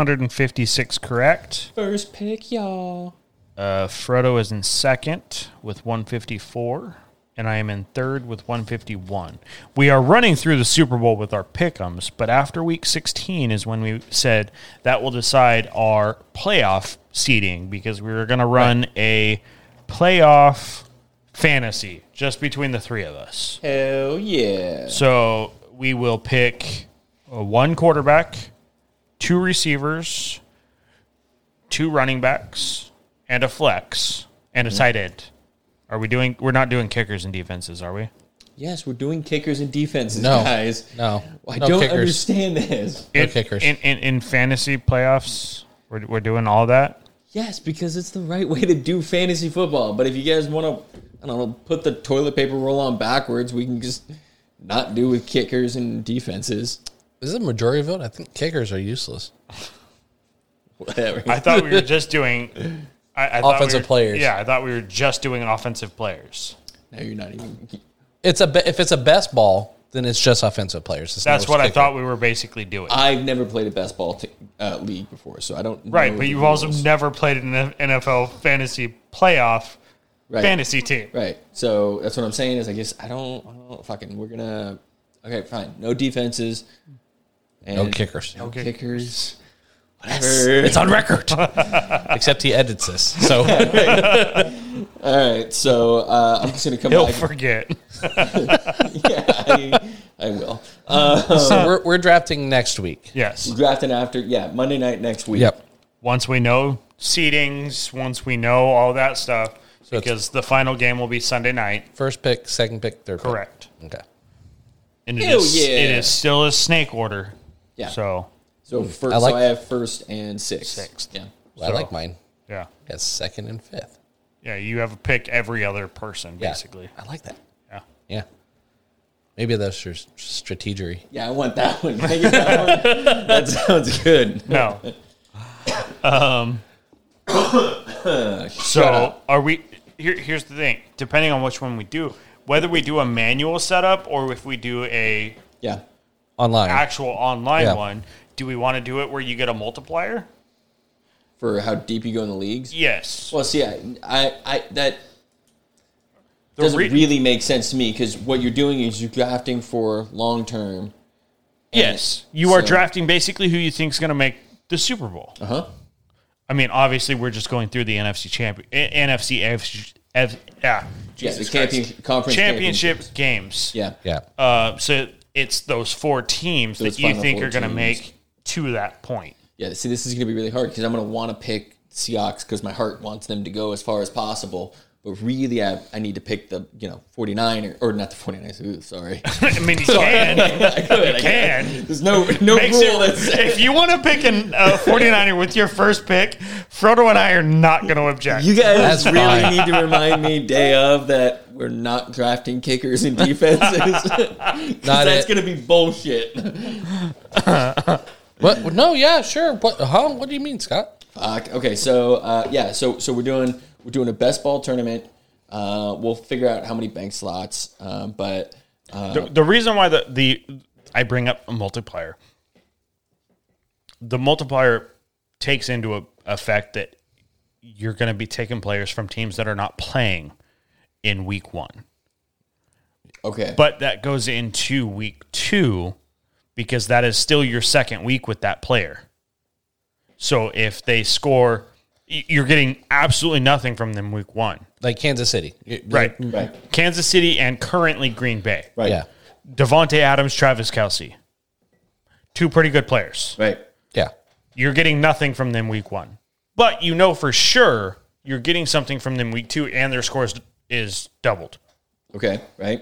A: 156 correct.
C: First pick, y'all.
A: Uh, Frodo is in second with 154, and I am in third with 151. We are running through the Super Bowl with our pickums, but after week 16 is when we said that will decide our playoff seeding because we were going to run a playoff fantasy just between the three of us.
C: Hell yeah!
A: So we will pick uh, one quarterback, two receivers, two running backs, and a flex and a
B: Hmm.
A: tight end. Are we doing? We're not doing kickers and defenses, are we?
C: Yes, we're doing kickers and defenses,
B: No.
C: guys.
B: No.
C: I
B: No
C: don't
B: kickers.
C: understand this.
A: No
B: kickers.
A: in, in in fantasy playoffs. We're, we're doing all that.
C: Yes, because it's the right way to do fantasy football. But if you guys want to, I don't know, put the toilet paper roll on backwards, we can just not do with kickers and defenses.
B: is it majority vote? I think kickers are useless.
C: Whatever.
A: I thought we were just doing I, I thought we
B: Offensive
A: were-
B: players.
A: Yeah, I thought we were just doing offensive players.
C: no, you're not even.
B: It's a be- if it's a best ball, then it's just offensive players. It's
A: That's
B: not
A: what I
B: kicker.
A: thought we were basically doing.
C: I've never played a best ball t- uh, league before, so I don't.
A: Right,
C: know
A: but
C: the
A: you've also
C: rules.
A: never played an NFL fantasy playoff
C: Right.
A: fantasy team.
C: Right. So that's what I'm saying is I guess I don't, I don't fucking we're gonna okay fine no defenses, and
B: No kickers.
C: no
A: kick-
C: kickers. Whatever.
B: It's on record. Except he edits this. So
C: All right, so uh, I'm just gonna come
A: He'll
C: back.
A: forget.
C: yeah, I, I will.
B: so we're, we're drafting next week.
A: Yes.
C: Drafting after, yeah, Monday night next week.
A: Once we know seedings, once we know all that stuff,
B: it's-
A: because the final game will be Sunday night.
B: First pick, second pick, third pick.
A: Correct.
B: Okay.
A: And it
C: Hell
A: is,
C: yeah.
A: it is still a snake order.
C: Yeah.
A: So,
C: So first,
B: I like-
C: so I have first and sixth.
A: Mm. Sixth.
C: Yeah.
B: Well, I like mine.
A: yeah.
B: That's second and fifth.
A: Yeah, you have a pick every other person,
B: Yeah.
A: basically.
B: I like that.
A: Yeah.
B: Yeah. Maybe that's your s- strategery.
C: Yeah, I want that one. Can I get that, one? that sounds good.
A: No. um, so are we? Here, here's the thing. Depending on which one we do, whether we do a manual setup or if we do a
C: Yeah.
B: Online.
A: actual online
B: Yeah.
A: one, do we want to do it where you get a multiplier?
C: For how deep you go in the leagues.
A: Yes.
C: Well, see, I, I, I that
A: The
C: doesn't
A: re-
C: really make sense to me because what you're doing is you're drafting for long term.
A: yes, you are
C: so-
A: drafting basically who you think is going to make the Super Bowl.
C: Uh huh.
A: I mean, obviously, we're just going through the NFC champion, NFC, AFC, F, yeah,
C: Yeah, the
A: Jesus Christ.
C: champion, conference
A: championship
C: championships.
A: games.
C: Yeah.
B: yeah.
A: Uh, so it's those four teams
C: Those
A: that you
C: final
A: think
C: four
A: are going to
C: teams.
A: make to that point.
C: Yeah. See, this is going to be really hard because I'm going to want to pick Seahawks because my heart wants them to go as far as possible. But really, I, I need to pick the, you know, 49 or, or not the 49ers. Ooh, sorry.
A: I mean, you can.
C: I could. I
A: can.
C: There's no, no
A: Makes
C: rule
A: it,
C: that says
A: if you want to pick a uh, 49er with your first pick, Frodo and I are not going to object.
C: You guys
B: That's
C: really
B: fine.
C: need to remind me day of that we're not drafting kickers and defenses. 'Cause that's
B: it.
C: going to be bullshit.
B: What? No, yeah, sure. What? Huh? What do you mean, Scott?
C: Fuck. Okay, so uh, yeah, so so we're doing we're doing a best ball tournament. Uh, we'll figure out how many bank slots, um, but
A: the, the reason why the, the I bring up a multiplier, the multiplier takes into a, effect that you're going to be taking players from teams that are not playing in week one.
C: okay.
A: But that goes into week two because that is still your second week with that player. So if they score, y- you're getting absolutely nothing from them week one.
B: Like Kansas City, It-
A: Right.
C: right,
A: Kansas City and currently Green Bay.
C: right,
B: Yeah,
A: Devonte Adams, Travis Kelsey. Two pretty good players.
C: right.
B: yeah.
A: You're getting nothing from them week one, but you know for sure you're getting something from them week two, and their scores is doubled.
C: Okay, right.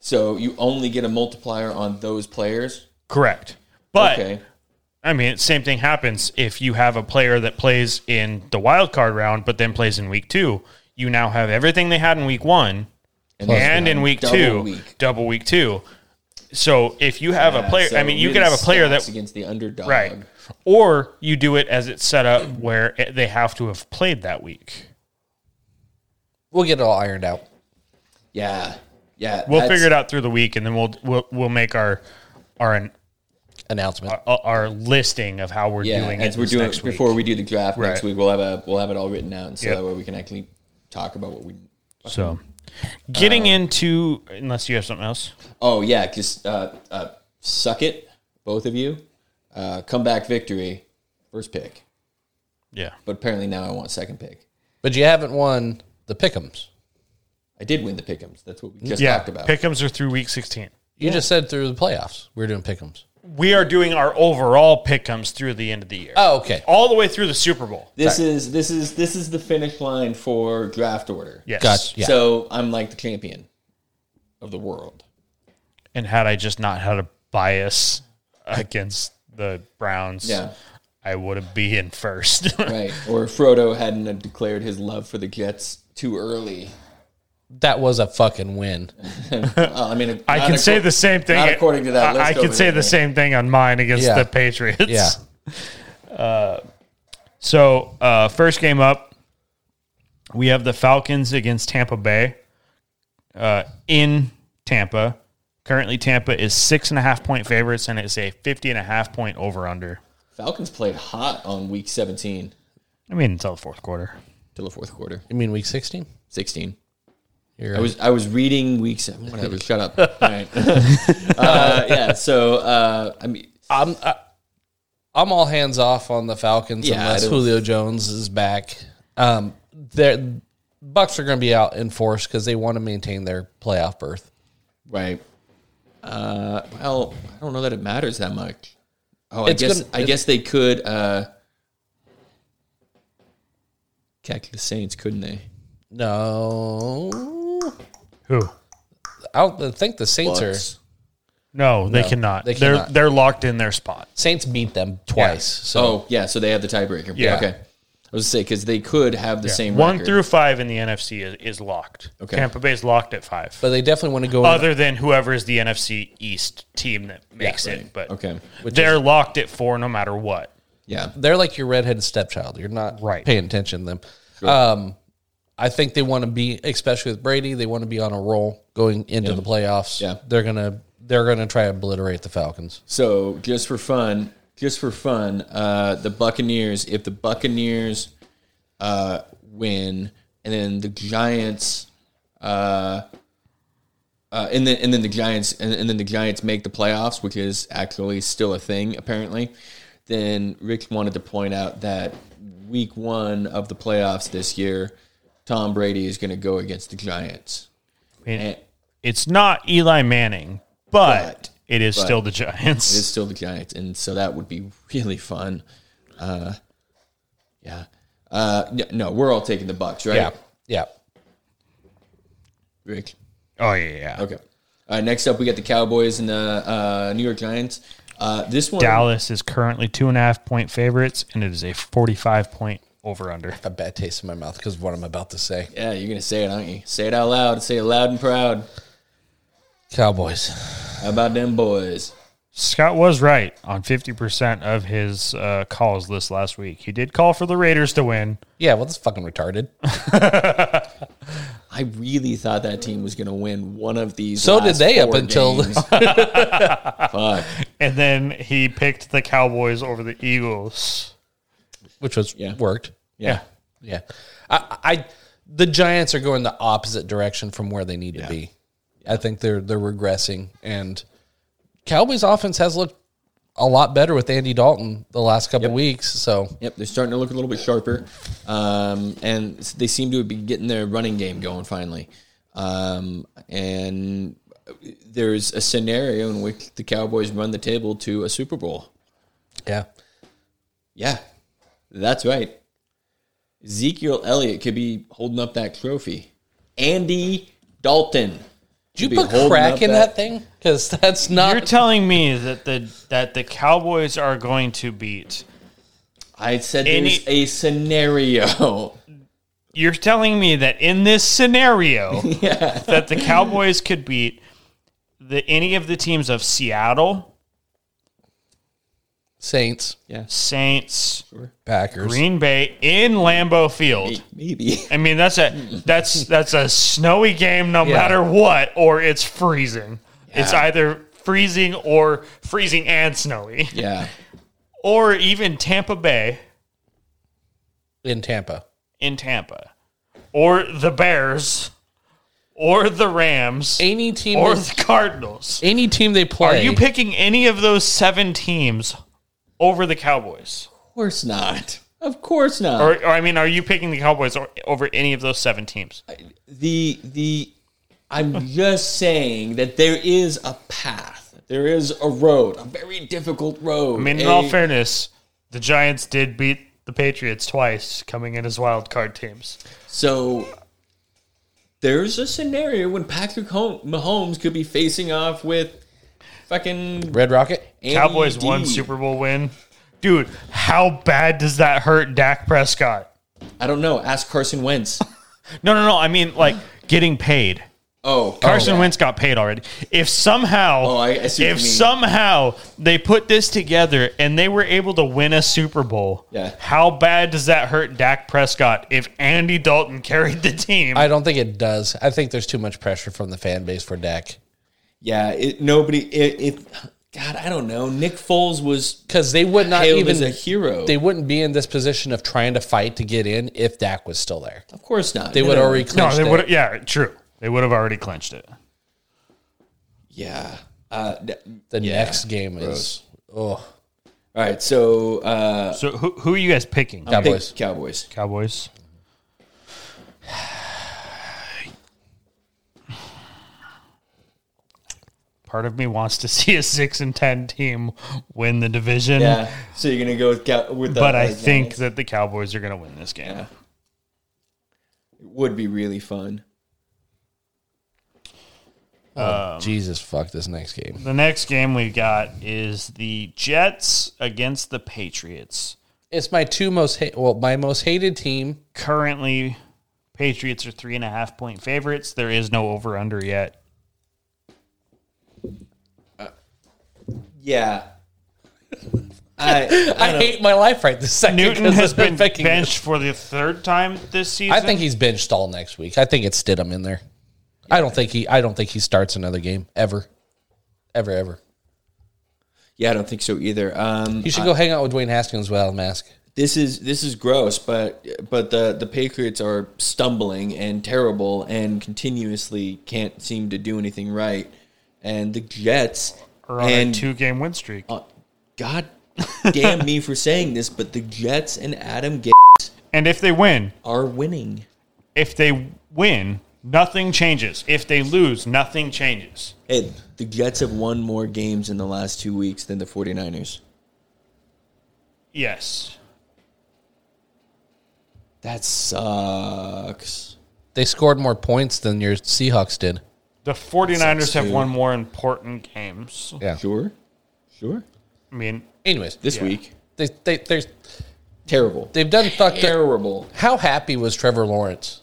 C: So you only get a multiplier on those players.
A: Correct. But
C: Okay,
A: I mean, same thing happens if you have a player that plays in the wild card round, but then plays in week two. You now have everything they had in week one, and, in week
C: double
A: two,
C: week.
A: double week two. So if you have a player,
C: So
A: I mean, you
C: really
A: could have a player that
C: stacks against the underdog.
A: Right. Or you do it as it's set up where it, they have to have played that week.
B: We'll get it all ironed out.
C: Yeah, yeah.
A: We'll figure it out through the week and then we'll we'll, we'll make our our uh,
B: Announcement.
A: our listing of how we're
C: Yeah,
A: doing
C: as
A: it
C: we're
A: this
C: doing
A: next week.
C: before we do the draft next
A: Right.
C: week, we'll have a we'll have it all written out, and so
A: Yep.
C: that way we can actually talk about what we
A: so
C: Um,
A: getting into unless you have something else.
C: Oh yeah, just uh, uh, suck it, both of you. Uh, comeback victory, first pick.
A: Yeah.
C: But apparently now I want second pick.
B: But you haven't won the pickums.
C: I did win the pickems. That's what we just
A: Yeah.
C: talked about.
A: Pickums are through week 16.
B: You just said through the playoffs we are doing pickums.
A: We are doing our overall pickums through the end of the year.
B: Oh, okay.
A: All the way through the Super Bowl.
C: this is this is this is the finish line for draft order.
A: Yes.
B: Gotcha. Yeah.
C: So I'm like the champion of the world.
A: And had I just not had a bias against the Browns,
C: Yeah.
A: I would have been in first.
C: Right. Or Frodo hadn't declared his love for the Jets too early.
B: that was a fucking win.
C: Well, Uh, I mean,
A: I can say the same thing.
C: not according to that
A: I- I
C: list
A: can
C: over
A: say
C: there.
A: the same thing on mine against
B: Yeah.
A: the Patriots.
B: Yeah.
A: So uh, first game up, we have the Falcons against Tampa Bay uh, in Tampa. Currently, Tampa is six and a half point favorites, and it's a 50 and a half point over under.
C: Falcons played hot on week 17
A: I mean, until the fourth quarter.
C: till the fourth quarter.
B: You mean week 16?
C: 16.
B: You're
C: I was I was reading week seven. Whatever. shut up. All right. uh, yeah. So uh, I mean,
B: I'm I, I'm all hands off on the Falcons
C: Yeah, I
B: unless
C: don't-
B: Julio Jones is back. Um, their Bucks are going to be out in force because they want to maintain their playoff berth.
C: right. Uh, well, I don't know that it matters that much. Oh, I
B: It's
C: guess
B: gonna-
C: I guess they could uh, catch the Saints, couldn't they?
B: No,
A: Who?
B: I don't think the Saints are.
C: Bucks.
A: No, they cannot.
B: they
A: They are
B: cannot.
A: they're locked in their spot.
B: Saints beat them twice. So
C: Oh, yeah. So they have the tiebreaker.
A: Yeah.
C: Okay. I was gonna say because they could have the same
A: One
C: record.
A: through five in the NFC is, is locked.
C: Okay.
A: Tampa Bay is locked at five.
B: but they definitely want to
C: Oh,
B: go. in,
A: other than whoever is the NFC East team that makes it. But
C: Okay.
A: they're locked at four no matter what.
C: Yeah.
B: they're like your redheaded stepchild. You're not
A: Right.
B: paying attention to them. Um, I think they want to be, especially with Brady, they want to be on a roll going into the playoffs.
C: Yeah.
B: they're gonna they're gonna try to obliterate the Falcons.
C: So just for fun, just for fun, uh, the Buccaneers. If the Buccaneers uh, win, and then the Giants, uh, uh, and then and then the Giants, and, and then the Giants make the playoffs, which is actually still a thing apparently. Then Rick wanted to point out that week one of the playoffs this year, Tom Brady is going to go against the Giants.
A: I mean,
C: And
A: it's not Eli Manning, but,
C: But-
A: it is still the
C: It is
A: Giants.
C: still the Giants, and so that would be really fun. Uh, yeah. Uh, n- no, we're all taking the Bucks, right?
B: Yeah. Yeah.
C: Rick.
A: Oh yeah, yeah.
C: Okay. All right. Next up, we got the Cowboys and the uh, New York Giants. Uh, this one,
A: Dallas is currently two and a half point favorites, and it is a forty-five point over under.
B: A bad taste in my mouth because of what I'm about to say.
C: Yeah, you're gonna say it, aren't you? Say it out loud. Say it loud and proud.
B: Cowboys.
C: How about them boys?
A: Scott was right on fifty percent of his uh, calls this last week. He did call for the Raiders to win.
B: Yeah, well, that's fucking retarded.
C: I really thought that team was gonna win one of these.
B: So
C: last
B: did they up
C: four
B: until-
C: games. Fuck.
A: And then he picked the Cowboys over the Eagles.
B: which was
C: Yeah.
B: worked.
C: Yeah.
B: Yeah, I, I the Giants are going the opposite direction from where they need to be. I think they're they're regressing, and Cowboys offense has looked a lot better with Andy Dalton the last couple weeks. So
C: Yep, they're starting to look a little bit sharper, um, and they seem to be getting their running game going finally. Um, and uh, there's a scenario in which the Cowboys run the table to a Super Bowl.
B: yeah,
C: Yeah, that's right. Ezekiel Elliott could be holding up that trophy. Andy Dalton.
B: did
C: be
B: you put
C: holding up
B: crack in
C: that-
B: that, thing? 'Cause thing? Because that's not
A: You're telling me that the that the Cowboys are going to beat.
C: I said
A: Any-
C: there's a scenario.
A: You're telling me that in this scenario that the Cowboys could beat the any of the teams of Seattle,
B: Saints
A: Saints,
B: Packers.
A: Green Bay in Lambeau Field.
C: Maybe.
A: I mean, that's a that's that's a snowy game no
B: Yeah.
A: matter what, or it's freezing. It's either freezing or freezing and snowy,
C: Yeah.
A: or even Tampa Bay
B: in Tampa.
A: in Tampa, or the Bears, or the Rams,
B: Any team,
A: or
B: they-
A: the Cardinals.
B: any team they play.
A: Are you picking any of those seven teams over the Cowboys?
C: Of course not. Of course not.
A: Or, or I mean, are you picking the Cowboys o- over any of those seven teams?
C: the the I'm just saying that there is a path. There is a road, a very difficult road.
A: I mean, in all fairness, the Giants did beat the Patriots twice, coming in as wild card teams.
C: so there's a scenario when Patrick Hol- Mahomes could be facing off with fucking
B: Red Rocket?
C: Andy
A: Cowboys
C: D.
A: one Super Bowl win. Dude, how bad does that hurt Dak Prescott?
C: I don't know. Ask Carson Wentz.
A: No, no, no. I mean, like getting paid.
C: Oh,
A: Carson
C: oh,
A: Wentz got paid already. If somehow,
C: Oh, I- I see what you
A: if
C: mean.
A: somehow they put this together and they were able to win a Super Bowl,
C: Yeah.
A: how bad does that hurt Dak Prescott if Andy Dalton carried the team?
B: I don't think it does. I think there's too much pressure from the fan base for Dak.
C: Yeah, it, nobody. It, it. God, I don't know. Nick Foles was
B: because they would not
C: hailed
B: even
C: as a hero.
B: They wouldn't be in this position of trying to fight to get in if Dak was still there.
C: of course not.
B: They
C: No,
B: would
C: no,
B: already
A: no,
B: clinched
A: they
B: it.
A: would. Yeah, true. They would have already clinched it.
C: Yeah. Uh, d-
B: The
C: yeah.
B: next game is oh
C: All right. So uh,
A: So who who are you guys picking?
B: Cowboys.
C: Pick Cowboys.
A: Cowboys. Part of me wants to see a six and ten team win the division,
C: Yeah. So you're gonna go with Cow- with the,
A: but I
C: uh,
A: think that the Cowboys are going to win this game.
C: Yeah. it would be really fun.
A: Um,
B: Jesus fuck this next game.
A: The next game we got is the Jets against the Patriots.
B: It's my two most ha- well my most hated team.
A: Currently, Patriots are three and a half point favorites. There is no over under yet.
C: Yeah. I
B: I, hate my life right this second.
A: Newton
B: 'cause
A: has
B: I've
A: been
B: picking-
A: benched for the third time this season.
B: I think he's benched all next week. I think it's Stidham in there. I don't think he. I don't think he starts another game ever, ever, ever.
C: yeah, I don't think so either. Um,
B: You should go hang out with Dwayne Haskins without a mask.
C: this is this is gross, but but the the Patriots are stumbling and terrible and continuously can't seem to do anything right, and the Jets
A: are on
C: and uh,
A: a two game win streak.
C: God damn me for saying this, but the Jets and Adam Gates
A: And if they win,
C: are winning.
A: if they win, nothing changes. If they lose, nothing changes.
C: Hey, the Jets have won more games in the last two weeks than the 49ers.
A: Yes.
C: That sucks.
B: They scored more points than your Seahawks did.
A: The 49ers have
C: two.
A: won more important games.
B: Yeah.
C: Sure. Sure.
A: I mean,
B: Anyways,
C: This week.
B: they they they
C: Terrible.
B: they've done fucked up.
C: Terrible.
B: How happy was Trevor Lawrence?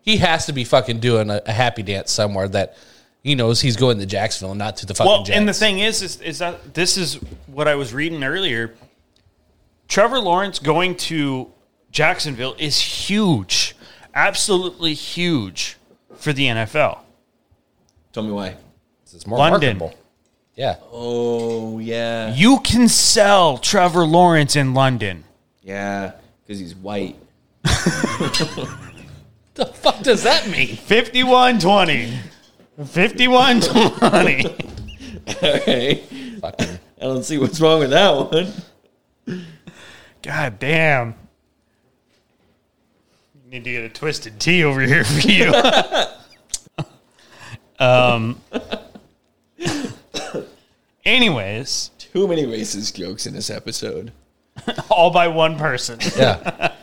B: He has to be fucking doing a, a happy dance somewhere that he knows he's going to Jacksonville, not to the fucking
A: well,
B: Jets.
A: and the thing is, is, is that this is what I was reading earlier. Trevor Lawrence going to Jacksonville is huge, absolutely huge for the NFL.
C: Tell me why.
B: it's more
A: London.
B: marketable. Yeah,
C: Oh yeah.
A: You can sell Trevor Lawrence in London.
C: Yeah. Because he's white.
B: the fuck does that mean?
A: 5120. 5120.
C: Okay.
B: Fucking
C: I don't see what's wrong with that one.
A: God damn. You need to get a twisted tea over here for you. um anyways,
C: Too many racist jokes in this episode.
A: all by one person.
B: yeah.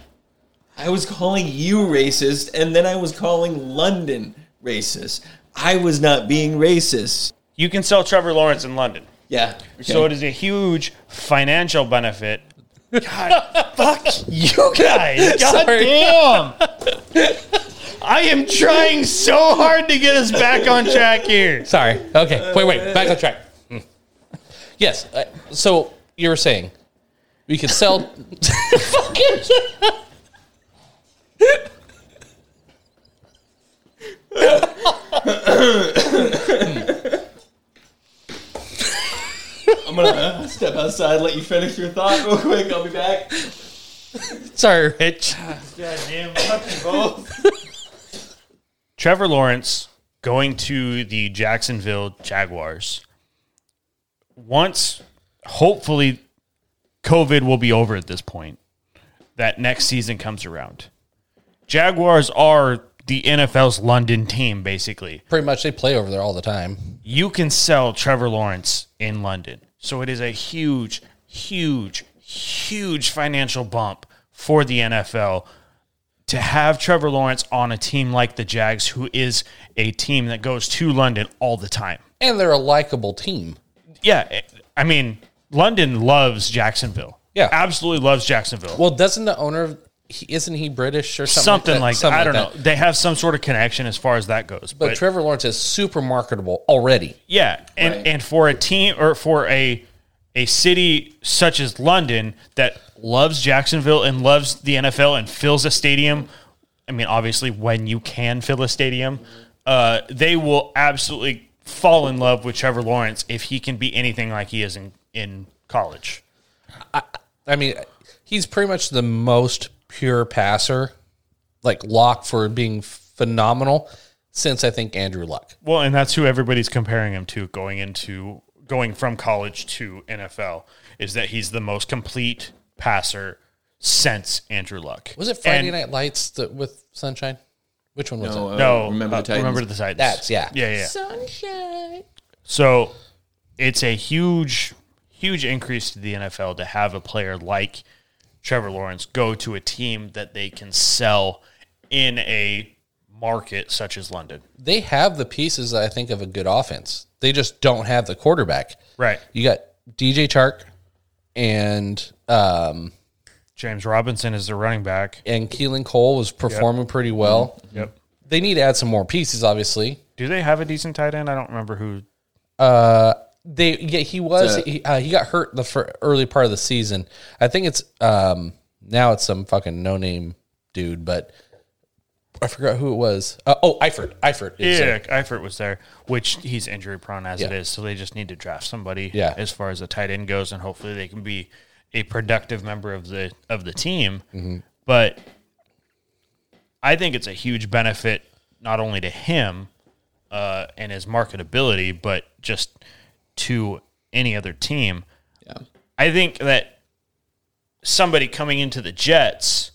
C: I was calling you racist, and then I was calling London racist. I was not being racist.
A: You can sell Trevor Lawrence in London.
C: Yeah.
A: So it is a huge financial benefit. God, fuck you guys. God
B: Sorry.
A: damn. I am trying so hard to get us back on track here.
B: Sorry. Okay. Wait. Wait. Back on track. Mm. Yes. Uh, so you were saying we could sell. fucking.
C: I'm gonna step outside, let you finish your thought real quick. I'll be back.
B: Sorry, Rich.
A: God damn, both. Trevor Lawrence going to the Jacksonville Jaguars. Once, hopefully, COVID will be over at this point. That next season comes around. Jaguars are the NFL's London team, basically.
B: Pretty much, they play over there all the time.
A: You can sell Trevor Lawrence in London. So it is a huge, huge, huge financial bump for the NFL to have Trevor Lawrence on a team like the Jags, who is a team that goes to London all the time.
B: and they're a likable team.
A: Yeah, I mean, London loves Jacksonville.
B: Yeah.
A: absolutely loves Jacksonville.
B: Well, doesn't the owner he- isn't he British or something?
A: something like,
B: Something
A: I don't
B: like
A: know. They have some sort of connection as far as that goes.
B: But,
A: But,
B: Trevor Lawrence is super marketable already.
A: yeah, and
C: Right.
A: and for a team or for a a city such as London that loves Jacksonville and loves the NFL and fills a stadium. I mean, obviously, when you can fill a stadium, uh, they will absolutely fall in love with Trevor Lawrence if he can be anything like he is in in college.
B: I mean, he's pretty much the most pure passer, like Locke for being phenomenal since I think Andrew Luck.
A: Well, and that's who everybody's comparing him to going into going from college to NFL is that he's the most complete passer since Andrew Luck.
B: Was it Friday
A: And-
B: Night Lights that, with Sunshine? Which one was it?
A: No,
C: Oh, remember
A: uh,
C: the Titans.
A: Remember the Titans.
B: That's yeah.
A: yeah, yeah.
B: Sunshine.
A: So it's a huge, huge increase to the NFL to have a player like Trevor Lawrence go to a team that they can sell in a market such as London.
B: They have the pieces I think of a good offense. They just don't have the quarterback.
A: Right.
B: You got DJ Chark and um
A: James Robinson is the running back.
B: and Keelan Cole was performing pretty well.
A: Yep.
B: They need to add some more pieces, obviously.
A: Do they have a decent tight end? I don't remember who.
B: They yeah, he was he, uh, he got hurt the fir- early part of the season. I think it's um now it's some fucking no name dude, but I forgot who it was. Uh, oh, Eifert, Eifert, is it.
A: Yeah, Eifert was there, which he's injury prone as it
B: Yeah.
A: is. So they just need to draft somebody
B: Yeah.
A: as far as the tight end goes, and hopefully they can be a productive member of the of the team.
B: Mm-hmm.
A: But I think it's a huge benefit not only to him uh, and his marketability, but just to any other team. I think that somebody coming into the Jets,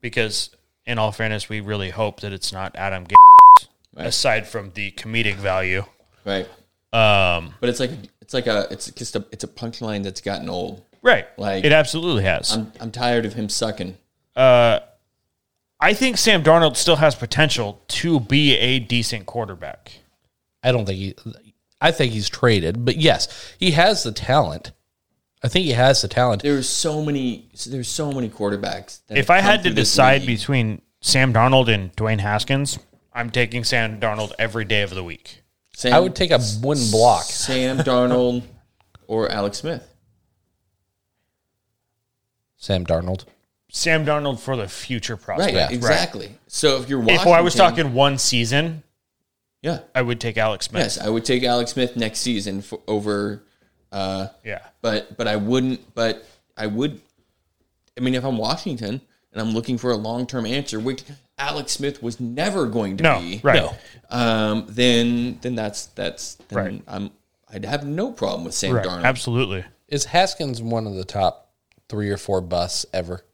A: because in all fairness, we really hope that it's not Adam. G- aside from the comedic value.
C: Right.
A: Um,
C: But it's like it's like a it's just a it's a punchline that's gotten old.
A: right.
C: Like-
A: it absolutely has.
C: I'm I'm tired of him sucking.
A: uh, I think Sam Darnold still has potential to be a decent quarterback.
B: I don't think he. I think he's traded, but yes, he has the talent. I think he has the talent.
C: There's so many. There's so many quarterbacks. that
A: If
C: have
A: I
C: come
A: had to
C: through this
A: decide
C: league.
A: between Sam Darnold and Dwayne Haskins, I'm taking Sam Darnold every day of the week.
C: Sam,
B: I would take a wooden block.
C: Sam Darnold or Alex Smith.
B: Sam Darnold.
A: Sam Darnold for the future
C: Right.
A: prospect.
C: Exactly. So if you're
A: If
C: Washington,
A: I was talking one season,
C: yeah,
A: I would take Alex Smith.
C: yes, I would take Alex Smith next season for, over. Uh,
A: Yeah.
C: but but I wouldn't. But I would. I mean, if I'm Washington and I'm looking for a long term answer, which Alex Smith was never going to
A: No,
C: be,
A: right.
B: No.
C: Um, then then that's that's then
A: Right.
C: I'm I'd have no problem with Sam
A: Right.
C: Darnold.
A: Absolutely.
B: Is Haskins one of the top three or four busts ever?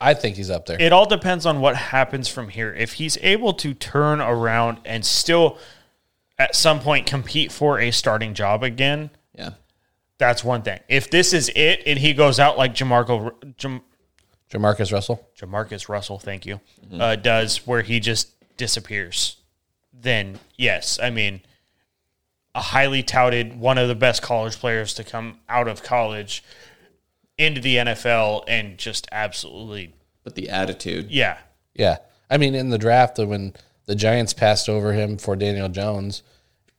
B: I think he's up there.
A: It all depends on what happens from here. If he's able to turn around and still at some point compete for a starting job again,
C: Yeah,
A: that's one thing. If this is it and he goes out like Jamarco, Jam,
B: Jamarcus Russell.
A: Jamarcus Russell, thank you, uh, does where he just disappears, then yes, I mean, a highly touted, one of the best college players to come out of college into the NFL and just absolutely,
C: but the attitude.
A: yeah,
B: Yeah. I mean, in the draft, when the Giants passed over him for Daniel Jones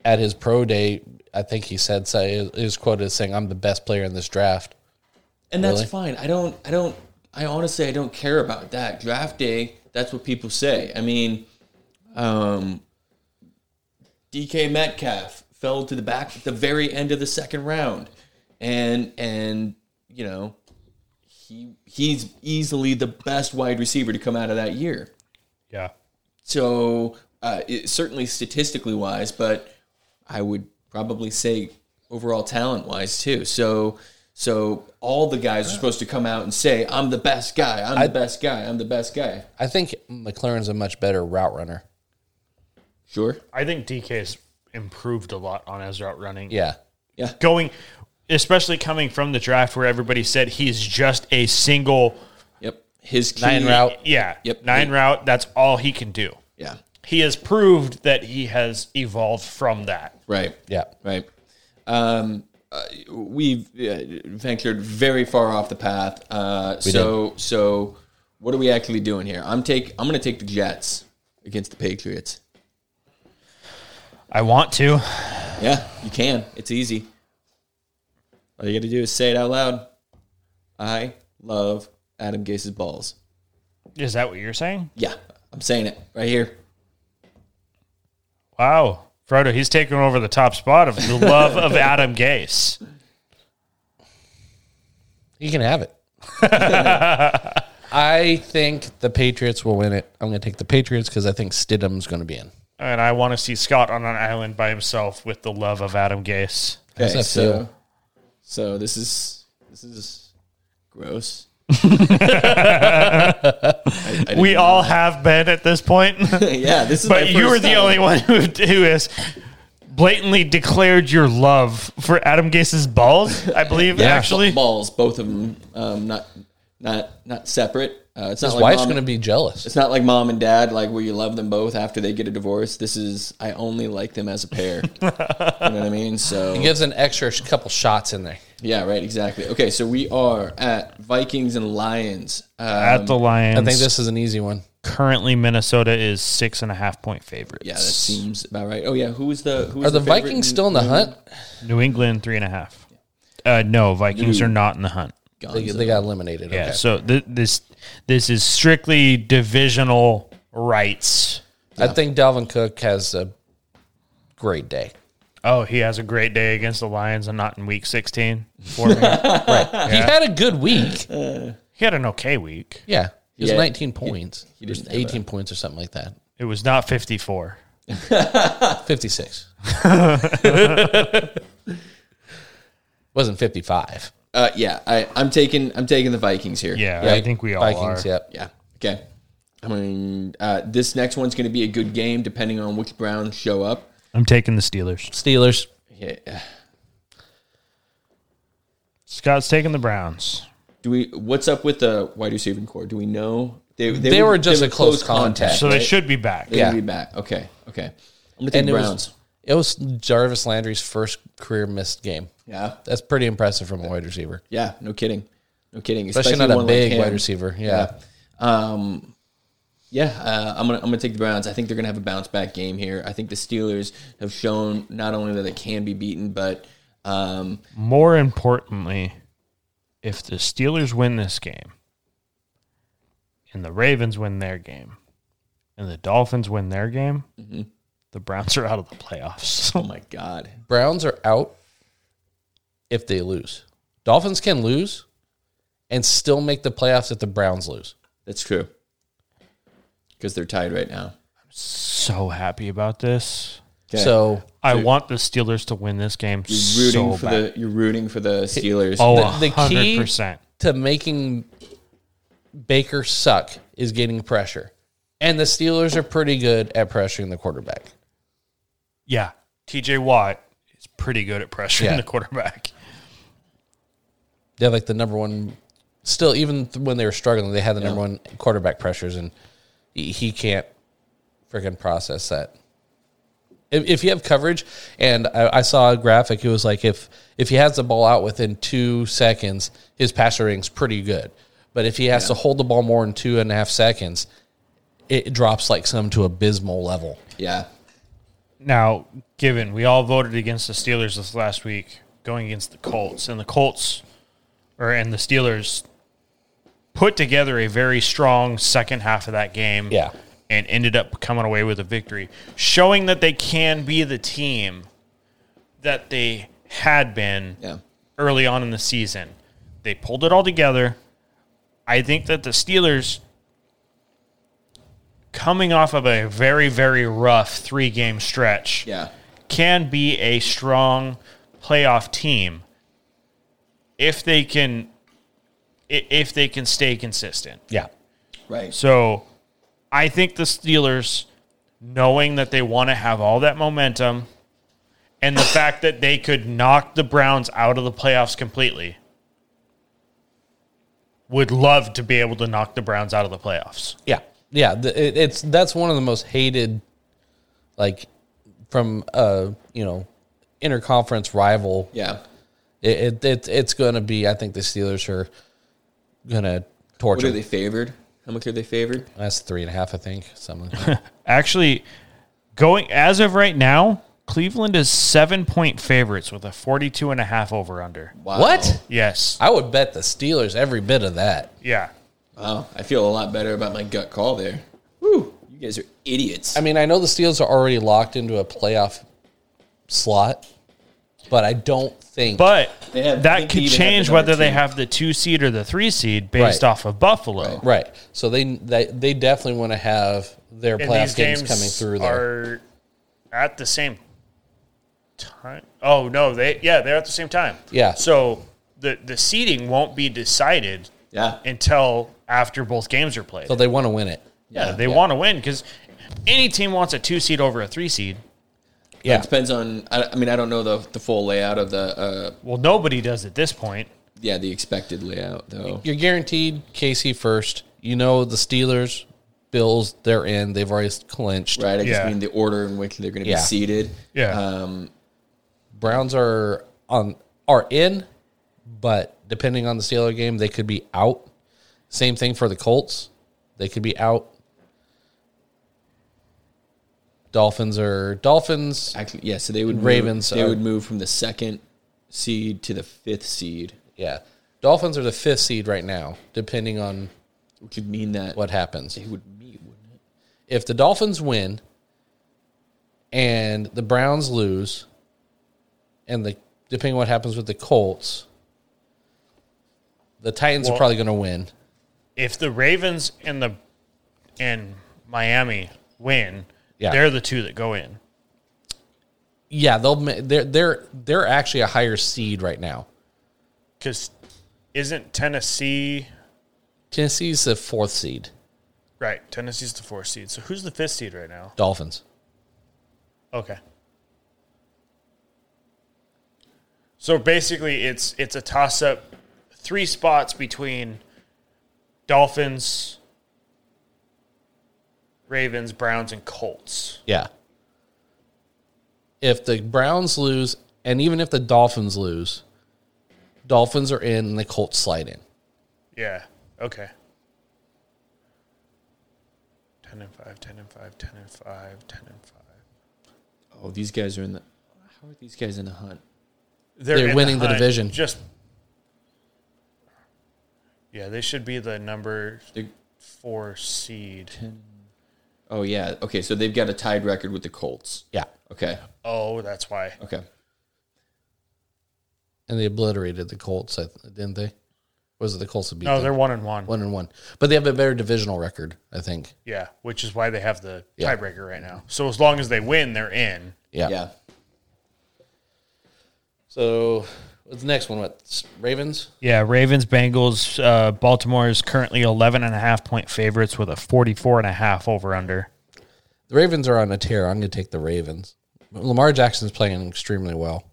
B: at his pro day, I think he said, so he was quoted as saying, I'm the best player in this draft.
C: and that's fine. I don't, I don't, I honestly, I don't care about that draft day. That's what people say. I mean, um, DK Metcalf fell to the back at the very end of the second round, and and you know, he he's easily the best wide receiver to come out of that year.
A: yeah.
C: So uh, it, certainly statistically wise, but I would probably say overall talent wise too. So so all the guys are supposed to come out and say, "I'm the best guy. I'm the best guy. I'm the best guy."
B: I think McLaren's a much better route runner.
C: Sure.
A: I think DK's improved a lot on his route running.
B: Yeah.
A: Going, especially coming from the draft where everybody said he's just a single,
C: Yep. His key,
B: Nine route.
A: yeah,
C: Yep.
A: nine route. That's all he can do.
C: Yeah.
A: He has proved that he has evolved from that.
C: Right.
B: Yeah.
C: Right. Um, uh, we've uh, ventured very far off the path. Uh, so so what are we actually doing here? I'm take I'm going to take the Jets against the Patriots.
A: I want to.
C: Yeah, you can. It's easy. All you got to do is say it out loud. I love Adam Gase's balls.
A: Is that what you're saying?
C: Yeah, I'm saying it right here.
A: Wow. Frodo, he's taking over the top spot of the love of Adam Gase.
B: He can have it. I think the Patriots will win it. I'm going to take the Patriots because I think Stidham's going to be in.
A: And I want to see Scott on an island by himself with the love of Adam Gase.
C: Okay,
B: that
C: so
B: feel?
C: so this is this is gross.
A: We all have been at this point.
C: yeah, this is. my
A: But you
C: first
A: were the
C: time.
A: only one who, who has blatantly declared your love for Adam Gase's balls, I believe, actually.
C: balls, both of them, um, not not not separate. Uh, it's
B: His
C: not like
B: wife's
C: mom-
B: going to be jealous.
C: It's not like mom and dad, like where you love them both after they get a divorce. This is I only like them as a pair. you know what I mean? So
B: Gives an extra sh- couple shots in there.
C: Yeah, right, exactly. Okay, so we are at Vikings and Lions. Uh,
A: At the Lions.
B: Um, I think this is an easy one.
A: currently Minnesota is six and a half point favorites.
C: yeah, that seems about right. Oh yeah, who is the who is
B: Are the
C: favorite
B: Vikings
C: in-
B: still in the hunt?
A: New England three and a half. Uh, no, Vikings are not in the hunt.
B: They, they got eliminated.
A: Yeah.
B: Okay.
A: So th- this this is strictly divisional rights.
B: I think Dalvin Cook has a great day.
A: Oh, he has a great day against the Lions and not in week 16. For me.
B: He had a good week.
A: he had an okay week.
B: Yeah. He was
C: Yeah.
B: 19 points. He, was
C: didn't have
B: 18 points or something like that.
A: It was not 54.
B: 56. Wasn't 55.
C: Uh, yeah, I, I'm taking I'm taking the Vikings here.
A: Yeah, I think we all
B: Vikings,
A: are.
B: yep.
C: yeah. Okay. I mean, uh, this next one's going to be a good game, depending on which Browns show up. uh,
A: I'm taking the Steelers.
B: Steelers.
C: Yeah.
A: Scott's taking the Browns.
C: Do we? What's up with the wide receiving core? Do we know They,
B: They were just a close contact.
A: So they
C: right?
A: should be back.
C: They
B: Yeah.
C: would be back. Okay. Okay. I'm gonna
B: And
C: take
B: it
C: Browns.
B: was it was Jarvis Landry's first career missed game.
C: yeah.
B: That's pretty impressive from a wide receiver,
C: Yeah. No kidding. No kidding.
B: especially not
C: one
B: a
C: like
B: big
C: him.
B: wide receiver. Yeah,
C: Um, yeah, uh, I'm gonna I'm gonna take the Browns. I think they're gonna have a bounce back game here. I think the Steelers have shown not only that they can be beaten, but um,
A: More importantly, if the Steelers win this game, and the Ravens win their game, and the Dolphins win their game,
B: Mm-hmm.
A: the Browns are out of the playoffs.
C: oh my god,
B: Browns are out if they lose. Dolphins can lose and still make the playoffs if the Browns lose.
C: that's true. Because they're tied right now.
A: so happy about this.
C: Okay.
B: So
A: I want the Steelers to win this game
C: You're rooting
A: so
C: for
A: bad.
C: the you're rooting for the Steelers.
A: oh,
B: the- the key-
A: 100%.
B: to making Baker suck is getting pressure. And the Steelers are pretty good at pressuring the quarterback.
A: Yeah. TJ Watt is pretty good at pressuring
B: Yeah.
A: the quarterback.
B: They have like the number one, still, even th- when they were struggling, they had the number one quarterback pressures, and he, he can't freaking process that. If, if you have coverage, and I, I saw a graphic, it was like if if he has the ball out within two seconds, his passer rating's pretty good. But if he has to hold the ball more than two and a half seconds, it drops like some to abysmal level.
C: yeah,
A: Now, given we all voted against the Steelers this last week, going against the Colts, and the Colts or and the Steelers put together a very strong second half of that game.
B: Yeah.
A: And ended up coming away with a victory, showing that they can be the team that they had been
C: yeah.
A: early on in the season. They pulled it all together. I think that the Steelers, coming off of a very, very rough three game stretch,
C: Yeah.
A: can be a strong playoff team if they can i- if they can stay consistent.
B: Yeah.
C: Right.
A: So I think the Steelers, knowing that they want to have all that momentum and the fact that they could knock the Browns out of the playoffs completely, would love to be able to knock the Browns out of the playoffs.
B: Yeah, yeah. The, it, it's that's one of the most hated, like, from uh you know, interconference rival.
C: Yeah.
B: It, it, it it's going to be. I think the Steelers are going to
C: What
B: torture.
C: are they favored? How much are they favored?
B: That's three and a half, I think. Something. like that.
A: Actually, going as of right now, Cleveland is seven point favorites with a 42 and a half over under.
C: Wow.
B: what?
A: Yes.
B: I would bet the Steelers every bit of that.
A: Yeah.
C: Wow. I feel a lot better about my gut call there. Woo! You guys are idiots.
B: I mean, I know the Steelers are already locked into a playoff slot, but I don't think.
A: But
C: They have- I
A: that
C: think they
A: could
C: even have
A: change
C: the number
A: whether they
C: two.
A: have the two seed or the three seed based
B: Right.
A: off of Buffalo.
B: right, so they they, they definitely want to have their
A: And
B: playoff
A: these
B: games,
A: games,
B: coming through there.
A: are at the same time. Oh no, they yeah they're at the same time.
B: Yeah.
A: So the the seeding won't be decided
C: yeah.
A: until after both games are played.
B: so they want to win it.
A: yeah, they
C: yeah.
A: want to win because any team wants a two seed over a three seed.
B: Yeah.
C: Depends on. I, I mean, I don't know the the full layout of the. Uh,
A: Well, nobody does at this point.
C: yeah, the expected layout though.
B: You're guaranteed KC first. You know the Steelers, Bills, they're in. They've already clinched.
C: Right. I just
A: Yeah.
C: mean the order in which they're going to
B: Yeah.
C: be seated.
A: Yeah.
C: Um,
B: Browns are on are in, but depending on the Steeler game, they could be out. Same thing for the Colts. They could be out. Dolphins are Dolphins.
C: actually, yeah. So they would move-
B: Ravens uh,
C: they
B: are-
C: would move from the second seed to the fifth seed,
B: Yeah. Dolphins are the fifth seed right now, depending on
C: which would mean that
B: what happens.
C: they would meet, wouldn't it?
B: if the Dolphins win and the Browns lose, and the depending on what happens with the Colts, the Titans are
A: Well-
B: probably going to win.
A: If the Ravens and the and Miami win,
B: Yeah.
A: they're the two that go in.
B: Yeah, they'll ma- they're they're they're actually a higher seed right now.
A: Because isn't Tennessee
B: Tennessee's the fourth seed.
A: right? Tennessee's the four seed. So who's the fifth seed right now?
B: Dolphins.
A: Okay. So basically, it's it's a toss up, three spots between Dolphins, Ravens, Browns, and Colts.
B: Yeah. If the Browns lose, and even if the Dolphins lose, Dolphins are in and the Colts slide in.
A: Yeah. Okay. 10 and 5, 10 and 5, 10 and 5, 10 and 5.
C: Oh, these guys are in the. How are these guys in the hunt?
A: They're,
B: They're
A: in
B: winning the
A: hunt,
B: division.
A: Just Yeah, they should be the number
C: They're,
A: 4 seed.
C: oh yeah. Okay, so they've got a tied record with the Colts.
B: Yeah.
C: Okay.
A: Oh, that's why.
C: Okay.
B: And they obliterated the Colts, I th- didn't they? Was it the Colts that beat
A: No,
B: them?
A: they're 1 and 1.
B: One and one. But they have a better divisional record, I think.
A: Yeah, which is why they have the
B: Yeah.
A: tiebreaker right now. So as long as they win, they're in.
B: Yeah.
C: Yeah.
B: So what's the next one? What? S- Ravens?
A: Yeah, Ravens, Bengals, uh, Baltimore is currently 11 and a half point favorites with a 44 and a half over under.
B: The Ravens are on a tear. I'm going to take the Ravens. Lamar Jackson's playing extremely well.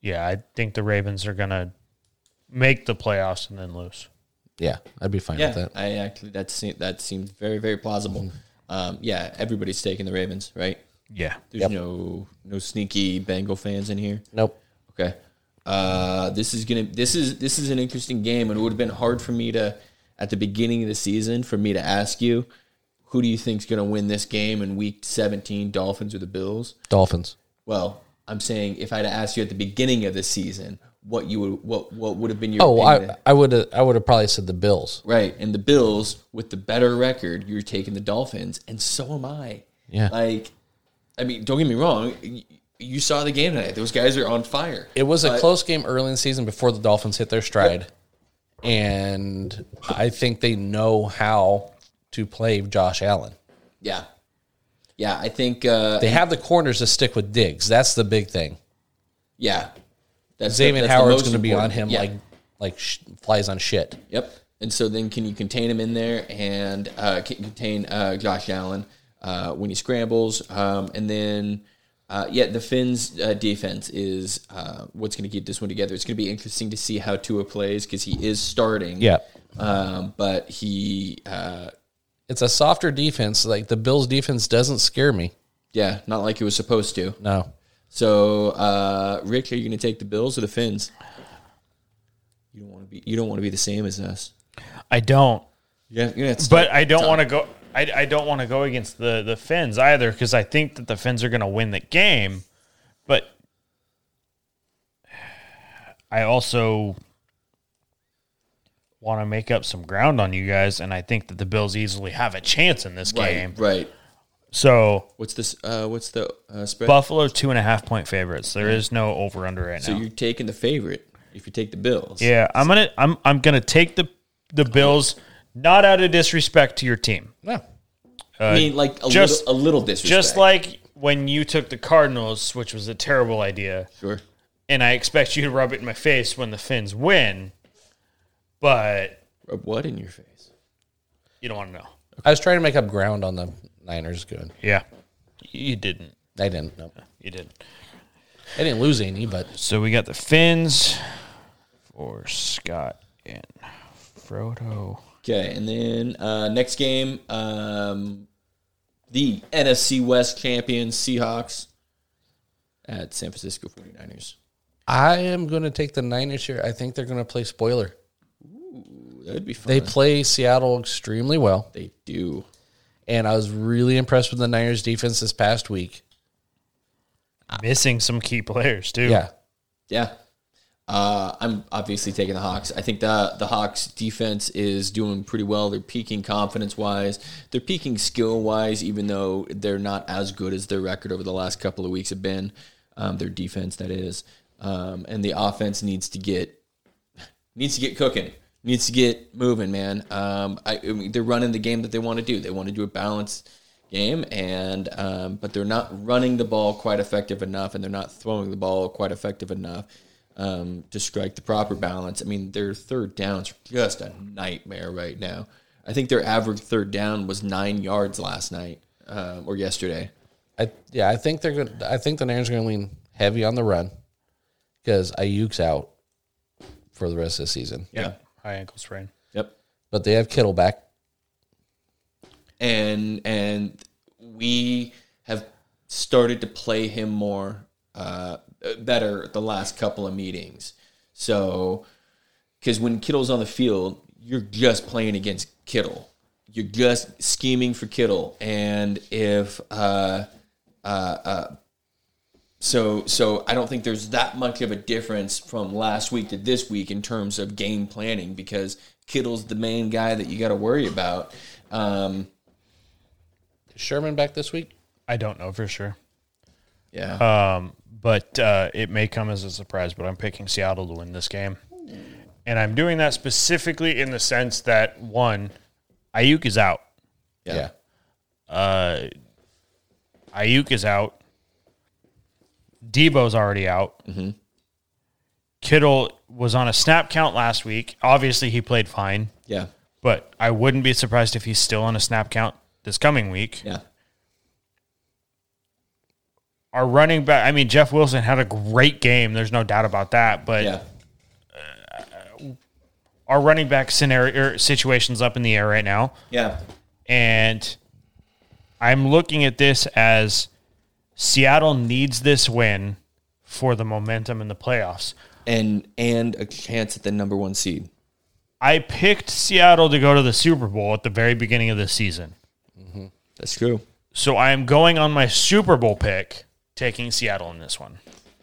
A: Yeah, I think the Ravens are going to make the playoffs and then lose.
B: Yeah, I'd be fine with
C: Yeah.
B: that. Mm-hmm.
C: I actually that seemed, that seemed very very plausible. Um, yeah, everybody's taking the Ravens, right?
A: Yeah.
C: There's no no sneaky Bengal fans in here.
B: Nope.
C: Okay. Uh, this is gonna. This is this is an interesting game, and it would have been hard for me to, at the beginning of the season, for me to ask you, who do you think's gonna win this game in Week 17, Dolphins or the Bills?
B: Dolphins.
C: Well, I'm saying if I'd asked you at the beginning of the season, what you would what what would have been your
B: Oh,
C: opinion?
B: I I would have I would have probably said the Bills.
C: right, and the Bills with the better record, you're taking the Dolphins, and so am I.
B: Yeah.
C: like, I mean, don't get me wrong. y- You saw the game tonight; those guys are on fire.
B: It was a
C: But-
B: close game early in the season before the Dolphins hit their stride. And I think they know how to play Josh Allen.
C: Yeah. Yeah, I think uh
B: They have the corners to stick with Diggs. That's the big thing.
C: yeah. That's the-
B: Xavier
C: that's the
B: Howard's
C: most
B: going to be on
C: important.
B: him
C: Yeah.
B: like like sh- flies on shit.
C: Yep. And so then can you contain him in there and uh can contain uh Josh Allen uh when he scrambles um and then uh, yeah, the Finns' uh, defense is uh, what's going to keep this one together. It's going to be interesting to see how Tua plays because he is starting.
B: Yeah.
C: um, but he, uh,
B: It's a softer defense. Like the Bills defense doesn't scare me.
C: yeah, not like he was supposed to.
B: No.
C: So, uh, Rick, are you going to take the Bills or the Finns? You don't want to be. You don't want to be the same as us.
A: I don't.
C: Yeah, you're gonna have to
A: But
C: start-
A: I don't want to go. I, I don't want to go against the the Finns either because I think that the Finns are going to win the game, but I also want to make up some ground on you guys, and I think that the Bills easily have a chance in this
C: right,
A: game.
C: right.
A: So
C: What's this? Uh, what's the uh, spread?
A: Buffalo two and a half point favorites. There is no over under right
C: So
A: now.
C: you're taking the favorite if you take the Bills.
A: Yeah, I'm gonna I'm I'm gonna take the the Bills. Not out of disrespect to your team,
B: No.
C: I mean, like a
A: just-
C: little, a little disrespect.
A: just like when you took the Cardinals, which was a terrible idea,
C: sure.
A: and I expect you to rub it in my face when the Finns win, but
C: Rub what in your face?
A: you don't want to know.
B: I was trying to make up ground on the Niners. Good.
A: Yeah, you didn't.
B: I didn't. No.
A: You didn't.
B: I didn't lose any, but
A: So we got the Finns for Scott and Frodo.
C: Okay, and then uh, next game, um, the NFC West champions Seahawks at San Francisco 49ers.
B: I am going to take the Niners here. I think they're going to play spoiler.
C: That would be fun.
B: They play Seattle extremely well,
C: they do.
B: and I was really impressed with the Niners defense this past week.
A: Missing some key players too.
B: Yeah.
C: Yeah. Uh, I'm obviously taking the Hawks. I think the the Hawks defense is doing pretty well. They're peaking confidence wise. They're peaking skill wise, even though they're not as good as their record over the last couple of weeks have been. Um, their defense, that is, um, and the offense needs to get needs to get cooking, needs to get moving, man. Um, I, I mean, they're running the game that they want to do. They want to do a balanced game, and um, but they're not running the ball quite effective enough, and they're not throwing the ball quite effective enough um, to strike the proper balance. I mean, their third downs are just a nightmare right now. I think their average third down was nine yards last night um, or yesterday.
B: I yeah, I think they're going. I think the Niners are going to lean heavy on the run because Ayuk's out for the rest of the season.
A: yeah. High ankle sprain.
C: Yep.
B: But they have Kittle back.
C: and and we have started to play him more uh, better the last couple of meetings. So because when Kittle's on the field, you're just playing against Kittle. You're just scheming for Kittle, and if uh, uh, uh, so, so I don't think there's that much of a difference from last week to this week in terms of game planning because Kittle's the main guy that you got to worry about. Um,
B: Is Sherman back this week?
A: I don't know for sure,
C: yeah,
A: but uh, it may come as a surprise. But I'm picking Seattle to win this game, and I'm doing that specifically in the sense that one, Ayuk is out.
C: yeah,
A: Ayuk is out. Debo's already out. Kittle was on a snap count last week. Obviously, he played fine,
C: yeah,
A: but I wouldn't be surprised if he's still on a snap count this coming week.
C: yeah.
A: Our running back, I mean, Jeff Wilson had a great game. There's no doubt about that. But
C: yeah.
A: our running back scenario er, situation's up in the air right now.
C: Yeah.
A: And I'm looking at this as Seattle needs this win for the momentum in the playoffs.
C: And and a chance at the number one seed.
A: I picked Seattle to go to the Super Bowl at the very beginning of the season.
C: That's true.
A: So I am going on my Super Bowl pick, taking Seattle in this one.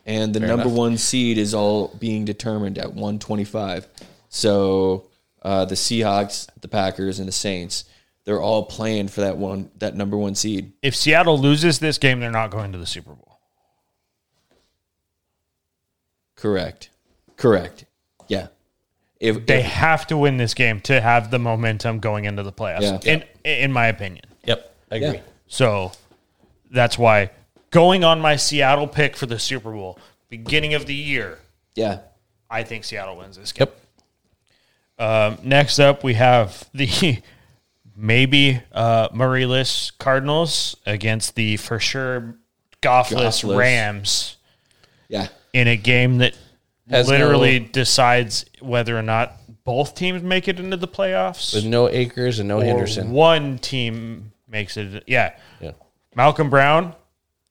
C: And the number one seed is all being determined at 125. So uh, the Seahawks, the Packers, and the Saints, they're all playing for that one that number one seed.
A: If Seattle loses this game, they're not going to the Super Bowl.
C: Correct. Correct. Yeah. If,
A: They
C: if-
A: have to win this game to have the momentum going into the playoffs,
C: Yeah.
A: in, in my opinion.
B: Yep, I agree.
C: yeah.
A: So that's why going on my Seattle pick for the Super Bowl, beginning of the year,
C: yeah.
A: I think Seattle wins this game. Um,
B: Yep.
A: Next up, we have the maybe uh, Murray-less Cardinals against the for sure Goffless,
C: Goff-less.
A: Rams
C: Yeah.
A: in a game that
B: Has
A: literally decides whether or not both teams make it into the playoffs
B: With no Akers and no
A: or
B: Henderson.
A: one team makes it. Yeah.
B: Yeah.
A: Malcolm Brown,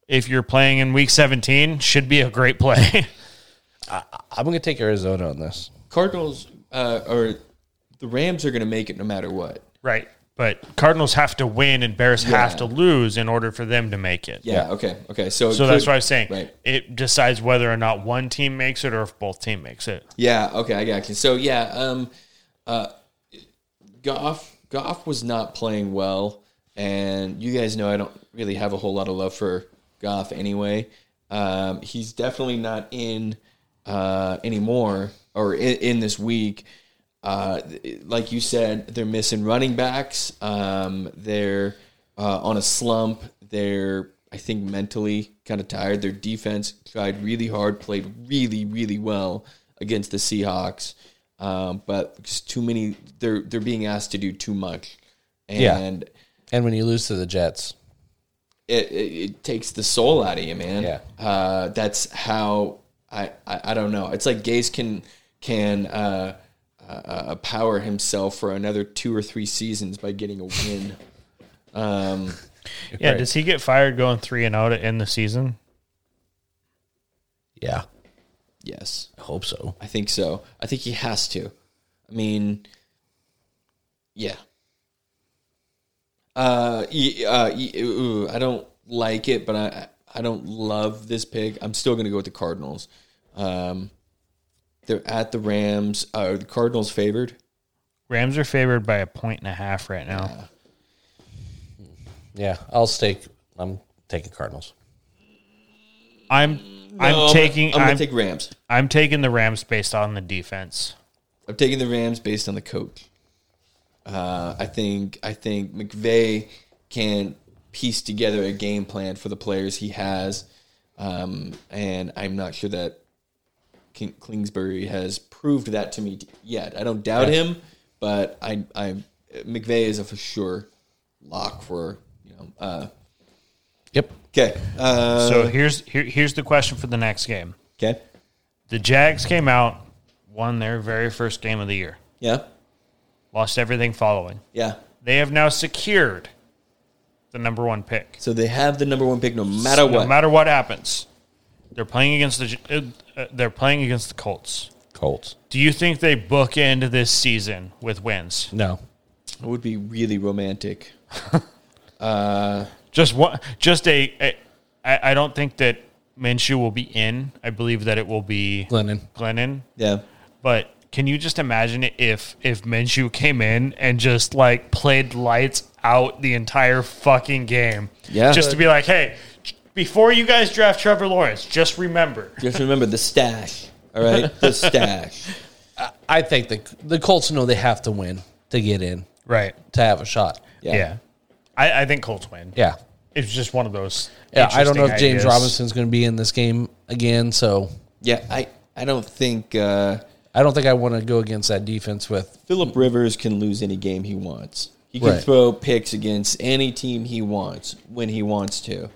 A: if you're playing in week 17, should be a great play.
B: I'm going to take Arizona on this.
C: Cardinals uh, or the Rams are going to make it no matter what.
A: right. But Cardinals have to win and Bears have
C: Yeah.
A: to lose in order for them to make it.
C: Yeah. Okay. Okay. So
A: So that's what I was saying.
C: Right.
A: It decides whether or not one team makes it or if both team makes it.
C: Yeah. Okay. I got you. So yeah. Um, uh, Goff Goff was not playing well, and you guys know I don't really have a whole lot of love for Goff anyway. Um, he's definitely not in uh, anymore or in, in this week. Uh, th- like you said, they're missing running backs. Um, they're uh, on a slump. They're, I think, mentally kind of tired. Their defense tried really hard, played really, really well against the Seahawks, um, but just too many. They're they're being asked to do too much,
B: Yeah.
C: and
B: And when you lose to the Jets,
C: it, it, it takes the soul out of you, man.
B: Yeah.
C: Uh, that's how I, I I don't know. It's like Gaze can can uh, uh, uh, power himself for another two or three seasons by getting a win. um,
A: Yeah.
B: Right.
A: Does he get fired going 3 and 0 to end the season?
B: yeah,
C: yes,
B: I hope so.
C: I think so. I think he has to. I mean, yeah. Uh, y- uh, y- ooh, I don't like it, but I I don't love this pick. I'm still gonna go with the Cardinals. Um, they're at the Rams. Uh, are the Cardinals favored.
A: Rams are favored by a point and a half right now.
B: Yeah, I'll stake. I'm taking Cardinals.
A: I'm I'm taking
C: I'm gonna
A: I'm,
C: take Rams.
A: I'm taking the Rams based on the defense.
C: I'm taking the Rams based on the coach. Uh, I think I think McVay can piece together a game plan for the players he has, um, and I'm not sure that King, Kingsbury has proved that to me yet. I don't doubt him, but I, I McVay is a for sure lock for you know. Uh,
B: Yep.
C: okay, uh,
A: So here's here, here's the question for the next game.
C: okay,
A: The Jags came out, won their very first game of the year,
C: yeah,
A: lost everything following.
C: yeah,
A: They have now secured the number one pick.
C: So they have the number one pick no matter what.
A: No matter what happens, they're playing against the uh, uh, they're playing against the Colts.
B: Colts.
A: Do you think they bookend this season with wins?
B: No.
C: it would be really romantic.
A: Just one, just a. a I, I don't think that Minshew will be in. I believe that it will be
B: Glennon.
A: Glennon.
C: Yeah.
A: But can you just imagine if if Minshew came in and just like played lights out the entire fucking game?
C: Yeah.
A: Just to be like, hey, before you guys draft Trevor Lawrence, just remember.
C: Just remember the stash. All right, the stash.
B: I think the the Colts know they have to win to get in
A: Right.
B: to have a shot.
A: Yeah. I, I think Colts win.
B: Yeah.
A: It's just one of those.
B: Yeah, I don't know if
A: interesting
B: James
A: ideas.
B: Robinson's going to be in this game again, so
C: Yeah, I, I don't think uh,
B: I don't think I want to go against that defense with
C: Philip Rivers can lose any game he wants. He can
B: Right.
C: throw picks against any team he wants when he wants to.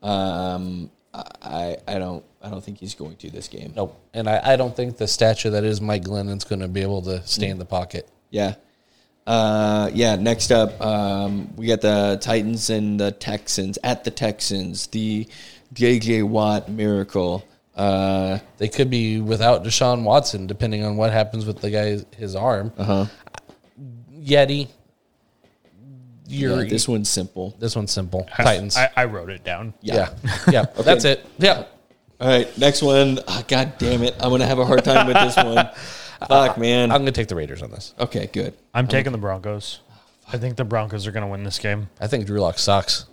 C: Um, I, I don't I don't think he's going to this game.
B: nope. And I, I don't think the stature that is Mike Glennon's going to be able to stay in the pocket.
C: Yeah. Uh, yeah. Next up, um, we got the Titans and the Texans at the Texans. The J.J. Watt miracle. Uh,
B: They could be without Deshaun Watson, depending on what happens with the guy his arm. Uh-huh. Yeti, you're
C: yeah, this one's simple.
B: this one's simple. Titans.
A: I, I wrote it down.
B: yeah, yeah, that's it. Yeah,
C: All right. Next one. Ah, God damn it! I'm gonna have a hard time with this one. Fuck, man.
B: I'm going to take the Raiders on this.
C: okay. Good.
A: I'm taking the Broncos. I think the Broncos are going to win this game.
B: I think Drew Lock sucks.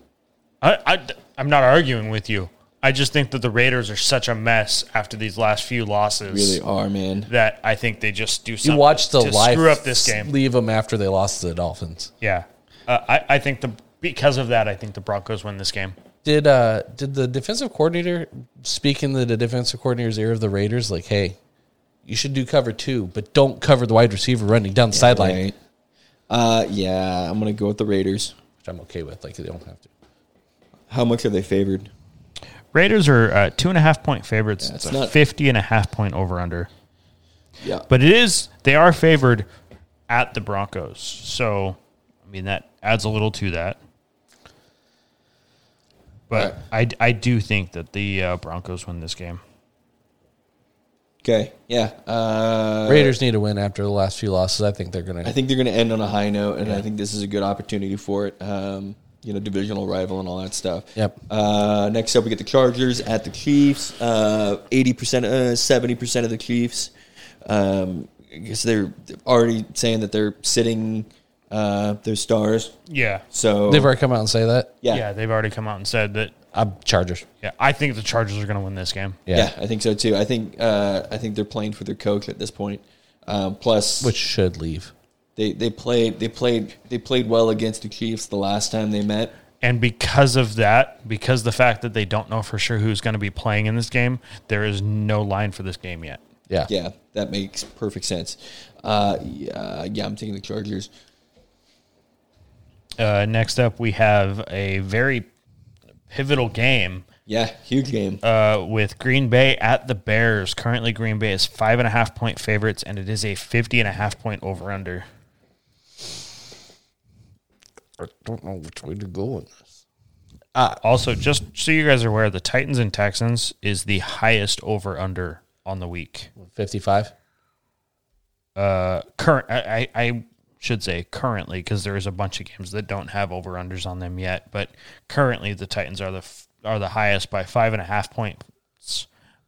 A: I, I, I'm not arguing with you. I just think that the Raiders are such a mess after these last few losses
C: Really are, man.
A: that I think they just do something
B: You watched the
A: to
B: live
A: screw up this game.
B: Leave them after they lost to the Dolphins.
A: Yeah, uh, I, I think the because of that, I think the Broncos win this game.
B: Did uh did the defensive coordinator speak in the defensive coordinator's ear of the Raiders like, hey, you should do cover two, but don't cover the wide receiver running down the sideline,
C: Right. Uh, yeah. I'm gonna go with the Raiders.
B: which I'm okay with. Like they don't have to.
C: How much are they favored?
A: Raiders are uh, two and a half point favorites.
C: it's
A: it's a
C: not-
A: 50 and a half point over under.
C: Yeah.
A: But it is they are favored at the Broncos. So I mean that adds a little to that. But I, I do think that the uh, Broncos win this game.
C: okay. Yeah. Uh,
B: Raiders need a win after the last few losses. I think they're gonna
C: I think they're going to end on a high note, and I think this is a good opportunity for it. Um, you know, divisional rival and all that stuff.
B: Yep.
C: Uh, next up, we get the Chargers at the Chiefs. Uh, Eighty percent, seventy percent of the Chiefs. Um, I guess they're already saying that they're sitting uh, their stars.
A: Yeah.
C: So
B: they've already come out and say that.
C: yeah,
A: Yeah,
C: yeah,
A: they've already come out and said that
B: I'm Chargers.
A: yeah, I think the Chargers are gonna win this game.
B: Yeah.
C: I think so too. I think uh, I think they're playing for their coach at this point. Um, plus,
B: Which should leave.
C: they, they played they played they played well against the Chiefs the last time they met.
A: And because of that, because the fact that they don't know for sure who's gonna be playing in this game, there is no line for this game yet.
B: Yeah.
C: Yeah, that makes perfect sense. Uh, yeah, yeah, I'm taking the Chargers.
A: Uh, next up we have a very pivotal game
C: Yeah, huge game.
A: uh, with Green Bay at the Bears. Currently, Green Bay is five and a half point favorites, and it is a 50 and a half point over under.
B: I don't know which way to go on this.
A: Also, just so you guys are aware, the Titans and Texans is the highest over under on the week.
B: Fifty five.
A: Uh, current, I, I, I should say currently, because there is a bunch of games that don't have over unders on them yet, but currently the Titans are the f- are the highest by five and a half points.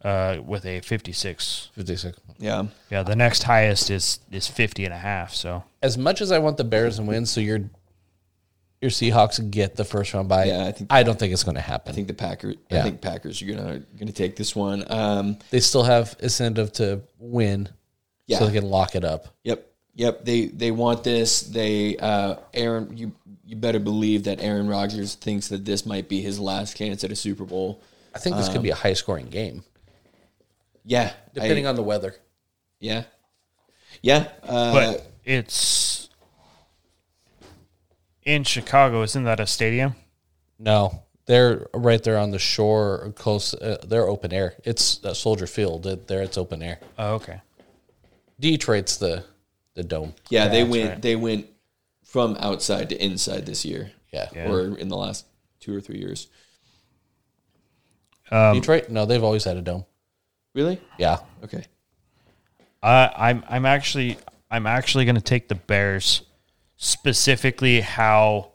A: Uh, with a 56
B: Fifty six.
C: Yeah,
A: yeah the next highest is is 50 and a half so
B: As much as I want the Bears and win, so your your Seahawks get the first round bye.
C: Yeah, I think-
B: I don't think it's gonna happen.
C: I think the Packers. I
B: Yeah.
C: think Packers are gonna gonna take this one. Um,
B: they still have incentive to win,
C: Yeah.
B: so they can lock it up.
C: yep, yep. They they want this. They uh, Aaron, you you better believe that Aaron Rodgers thinks that this might be his last chance at a Super Bowl.
B: I think this could be a high scoring game,
C: Yeah,
B: depending
C: I,
B: on the weather.
C: yeah, yeah. Uh,
A: but it's in Chicago. Isn't that a stadium?
B: No, they're right there on the shore, or close. Uh, they're open air. It's uh, Soldier Field. It- There, it's open air.
A: Oh, okay.
B: Detroit's the the dome.
C: yeah, they went they went from outside to inside this year.
B: Yeah.
A: Yeah.
C: or in the last two or three years.
A: Um,
B: Detroit? No, they've always had a dome.
C: Really?
B: Yeah.
C: Okay.
A: Uh, I'm I'm actually I'm actually going to take the Bears specifically how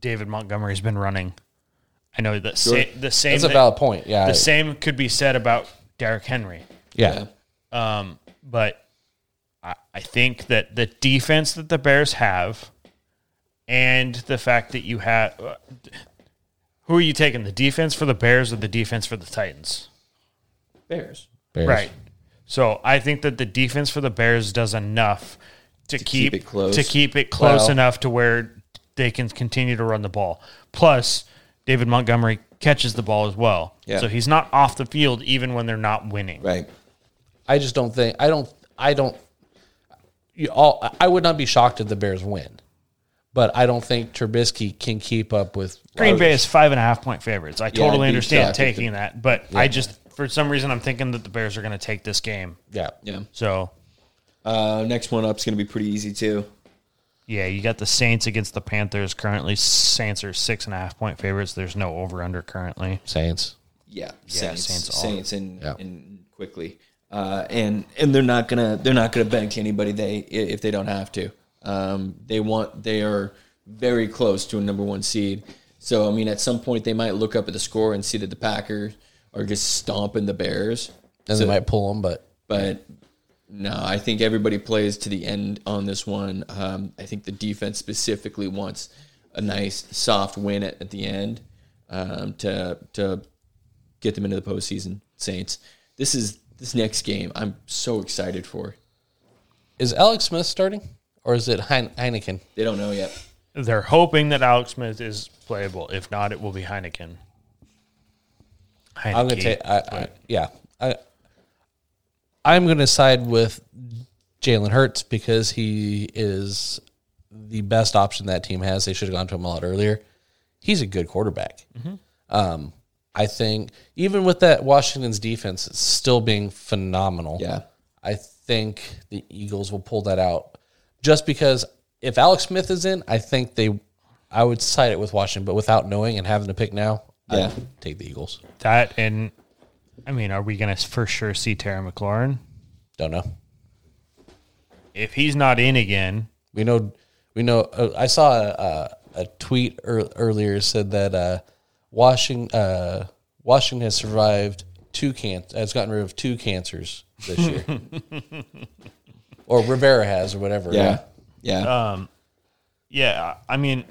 A: David Montgomery's been running. I know that sa-
C: Sure.
A: the same
B: That's a
A: thi-
B: valid point. Yeah.
A: the same could be said about Derrick Henry,
B: yeah.
C: Yeah.
A: um, but I, I think that the defense that the Bears have and the fact that you have who are you taking the defense for the Bears or the defense for the Titans?
C: Bears.
B: Bears.
A: Right. So I think that the defense for the Bears does enough to, keep,
C: keep it close.
A: to keep it close
B: Well-
A: enough to where they can continue to run the ball. Plus, David Montgomery catches the ball as well.
C: Yeah.
A: So he's not off the field even when they're not winning.
C: Right.
B: I just don't think I don't I don't you all I- I would not be shocked if the Bears win. But I don't think Trubisky can keep up with
A: Green Bay
C: Oh,
A: is five and a half point favorites. I
C: I'd
A: totally
C: be
A: understand
C: shocked if
A: taking that, but I just for some reason I'm thinking that the Bears are going to take this game.
B: Yeah.
C: Yeah.
A: So
C: Uh, next one up's gonna be pretty easy too.
A: yeah, you got the Saints against the Panthers. Currently, Saints are six and a half point favorites. There's no over under currently.
B: Saints.
C: Yeah, Saints,
A: Saints
C: Saints,
A: all-
C: and,
B: Yeah.
C: and quickly, uh, and and they're not gonna they're not gonna bench anybody they i- if they don't have to. Um, they want they are very close to a number one seed. So I mean, at some point they might look up at the score and see that the Packers are just stomping the Bears.
B: And
C: So-
B: they might pull them, but
C: but no, I think everybody plays to the end on this one. Um, I think the defense specifically wants a nice soft win at, at the end um, to to get them into the postseason. Saints. This is this next game. I'm so excited for.
B: is Alex Smith starting or is it Hein- Heineken?
C: They don't know yet.
A: They're hoping that Alex Smith is playable. If not, it will be Heineken. Heineke.
B: I'm gonna take. I, I, yeah, I, I'm gonna side with Jalen Hurts because he is the best option that team has. They should have gone to him a lot earlier. He's a good quarterback. Um, I think even with that Washington's defense it's still being phenomenal.
C: Yeah.
B: I think the Eagles will pull that out just because if Alex Smith is in, I think they. I would side it with Washington, but without knowing and having to pick now,
C: Yeah.
B: I'd take the Eagles.
A: that. And I mean, are we going to for sure see Terry McLaurin?
B: Don't know.
A: If he's not in again,
B: We know, we know. Uh, I saw a, a, a tweet ear earlier said that uh, Washington uh, Washington has survived two can has gotten rid of two cancers this year, or Rivera has, or whatever.
C: Yeah, Uh, yeah.
A: yeah, I mean,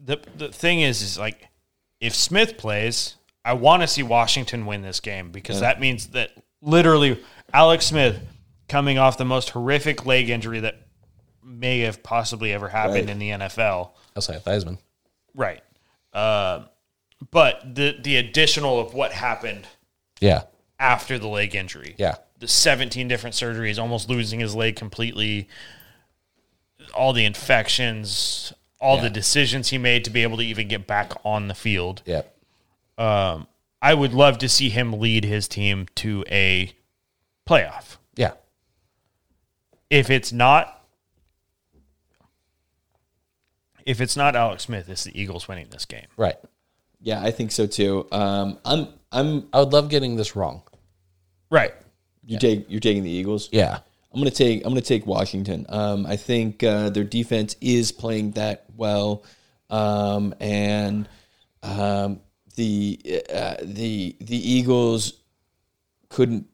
A: the the thing is, is like if Smith plays, I want to see Washington win this game because that means that literally Alex Smith coming off the most horrific leg injury that may have possibly ever happened
C: Right.
A: in the NFL.
B: outside Theismann.
A: Right. Uh, but the the additional of what happened
B: Yeah,
A: after the leg injury.
B: yeah,
A: The 17 different surgeries, almost losing his leg completely, all the infections, all the decisions he made to be able to even get back on the field.
B: yeah.
A: I would love to see him lead his team to a playoff.
B: Yeah,
A: If it's not if it's not Alex Smith, it's the Eagles winning this game.
B: right.
C: yeah, I think so too. Um, I'm, I'm.
B: I would love getting this wrong.
A: Right.
C: You take, you're taking the Eagles.
B: Yeah,
C: I'm gonna take I'm gonna take Washington. Um, I think uh, their defense is playing that well, um, and um, the uh, the the Eagles couldn't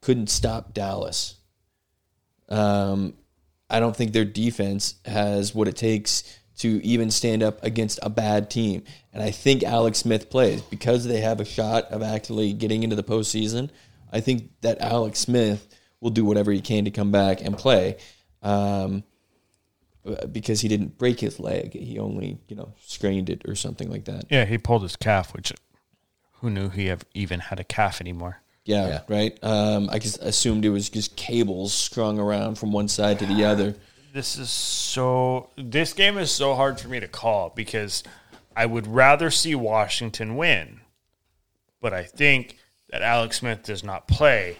C: couldn't stop Dallas. Um, I don't think their defense has what it takes to even stand up against a bad team. And I think Alex Smith plays because they have a shot of actually getting into the postseason. I think that Alex Smith will do whatever he can to come back and play. Um, because he didn't break his leg, he only you know strained it or something like that.
A: Yeah, he pulled his calf, which who knew he have even had a calf anymore.
C: Yeah,
B: Yeah.
C: right. Um, I just assumed it was just cables strung around from one side to the other.
A: This is so. This game is so hard for me to call because I would rather see Washington win, but I think that Alex Smith does not play,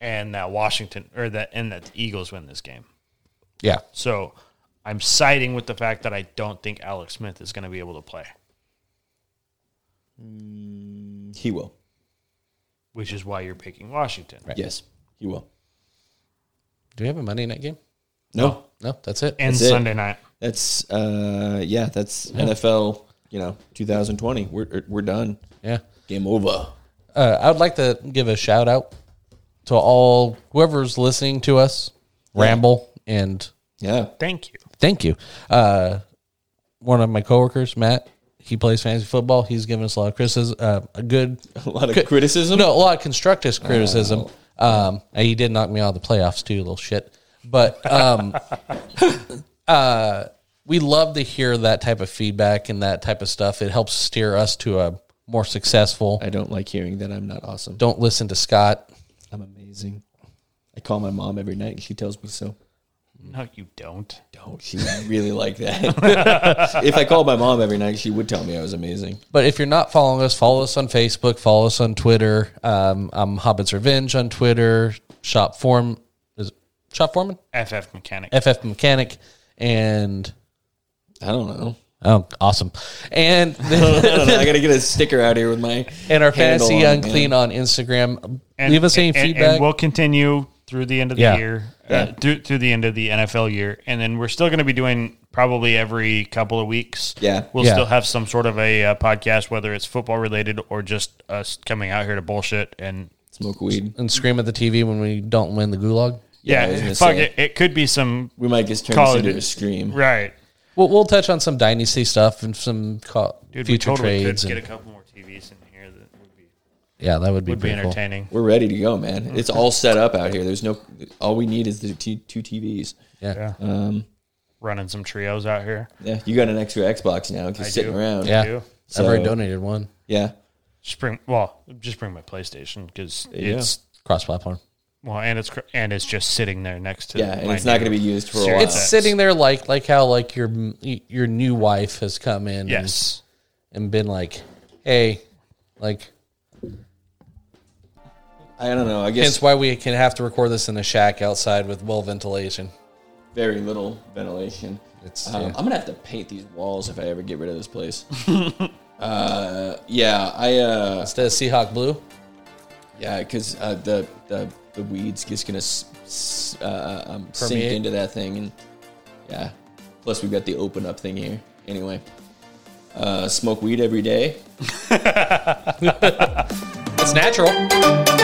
A: and that Washington or that and that the Eagles win this game.
B: yeah.
A: So I'm siding with the fact that I don't think Alex Smith is going to be able to play,
C: He will.
A: which is why you're picking Washington.
C: Yes, he will.
B: Do we have a Monday night game?
C: No,
B: No, that's it.
A: And
C: That's it.
A: Sunday night.
C: that's uh, yeah, that's NFL. You know, 2020. We're er, we're done.
B: yeah.
C: Game over.
B: Uh, I would like to give a shout out to all whoever's listening to us ramble and
C: Yeah.
A: Thank you.
B: thank you. Uh, one of my coworkers, Matt, he plays fantasy football. He's given us a lot of criticism, uh, a good,
C: A lot of criticism.
B: no, a lot of constructive criticism. Um, and he did knock me out of the playoffs too, little shit. But um, uh, we love to hear that type of feedback and that type of stuff. It helps steer us to a more successful.
C: I don't like hearing that I'm not awesome.
B: Don't listen to Scott.
C: I'm amazing. I call my mom every night and she tells me so.
A: No, you don't.
C: Don't she really like that? if I called my mom every night, she would tell me I was amazing.
B: But if you're not following us, follow us on Facebook, follow us on Twitter. Um, I'm Hobbit's Revenge on Twitter. Shop Form is it Shop Foreman,
A: FF mechanic.
B: FF Mechanic, and
C: I don't know.
B: oh, awesome. And
C: I, don't know. I gotta get a sticker out here with my
B: and our
C: handle
B: fantasy
C: on,
B: unclean
C: man.
B: on Instagram.
A: And-
B: Leave us any
A: and- and
B: feedback.
A: we'll continue through the end of the
B: Yeah.
A: year, uh, through, through the end of the NFL year, and then we're still going to be doing probably every couple of weeks.
C: Yeah.
A: we'll
B: Yeah.
A: still have some sort of a uh, podcast, whether it's football related or just us coming out here to bullshit and.
C: Smoke weed.
B: and scream at the TV when we don't win the gulag.
C: Yeah, I
A: Yeah,
C: was gonna
A: fuck
C: say.
A: it. It could be some
C: We might just turn
A: Call
C: this
A: it
C: into
A: a-
C: a scream.
A: right.
B: We'll, we'll touch on some dynasty stuff and some co-
A: Dude,
B: future
A: we totally
B: trades.
A: could
B: and-
A: get a couple more TVs in here that would be
B: yeah, that would be,
A: would be
B: pretty cool.
A: entertaining.
C: We're ready to go, man.
B: Mm-hmm.
C: It's all set up out here. There's no. All we need is the t- two TVs.
B: Yeah,
A: Running some trios out here.
C: Yeah, you got an extra Xbox now. Just sitting
A: do.
C: around.
B: yeah.
A: do.
B: I've already
C: So-
B: donated one
C: Yeah.
A: Just bring well, just bring my PlayStation because it's
B: cross-platform.
A: well, and it's cr- and it's just sitting there next to
C: Yeah, and
A: my
C: it's not
A: new-
C: going to be used for a
A: Serious.
C: while.
B: It's sitting there like like how like your your new wife has come in and-
A: yes.
B: and, been like, hey, like
C: I don't know. I
B: hence
C: guess
B: why we can have to record this in a shack outside with well ventilation.
C: very little ventilation.
B: It's
C: Um,
B: yeah.
C: I'm gonna have to paint these walls if I ever get rid of this place. uh, yeah, I uh,
B: instead of Seahawk blue,
C: yeah, because uh, the, the the weeds just gonna s- s- uh, um, sink
B: Permeate.
C: into that thing, and yeah. Plus, we've got the open up thing here. Anyway, uh, smoke weed every day.
B: it's natural.
C: It's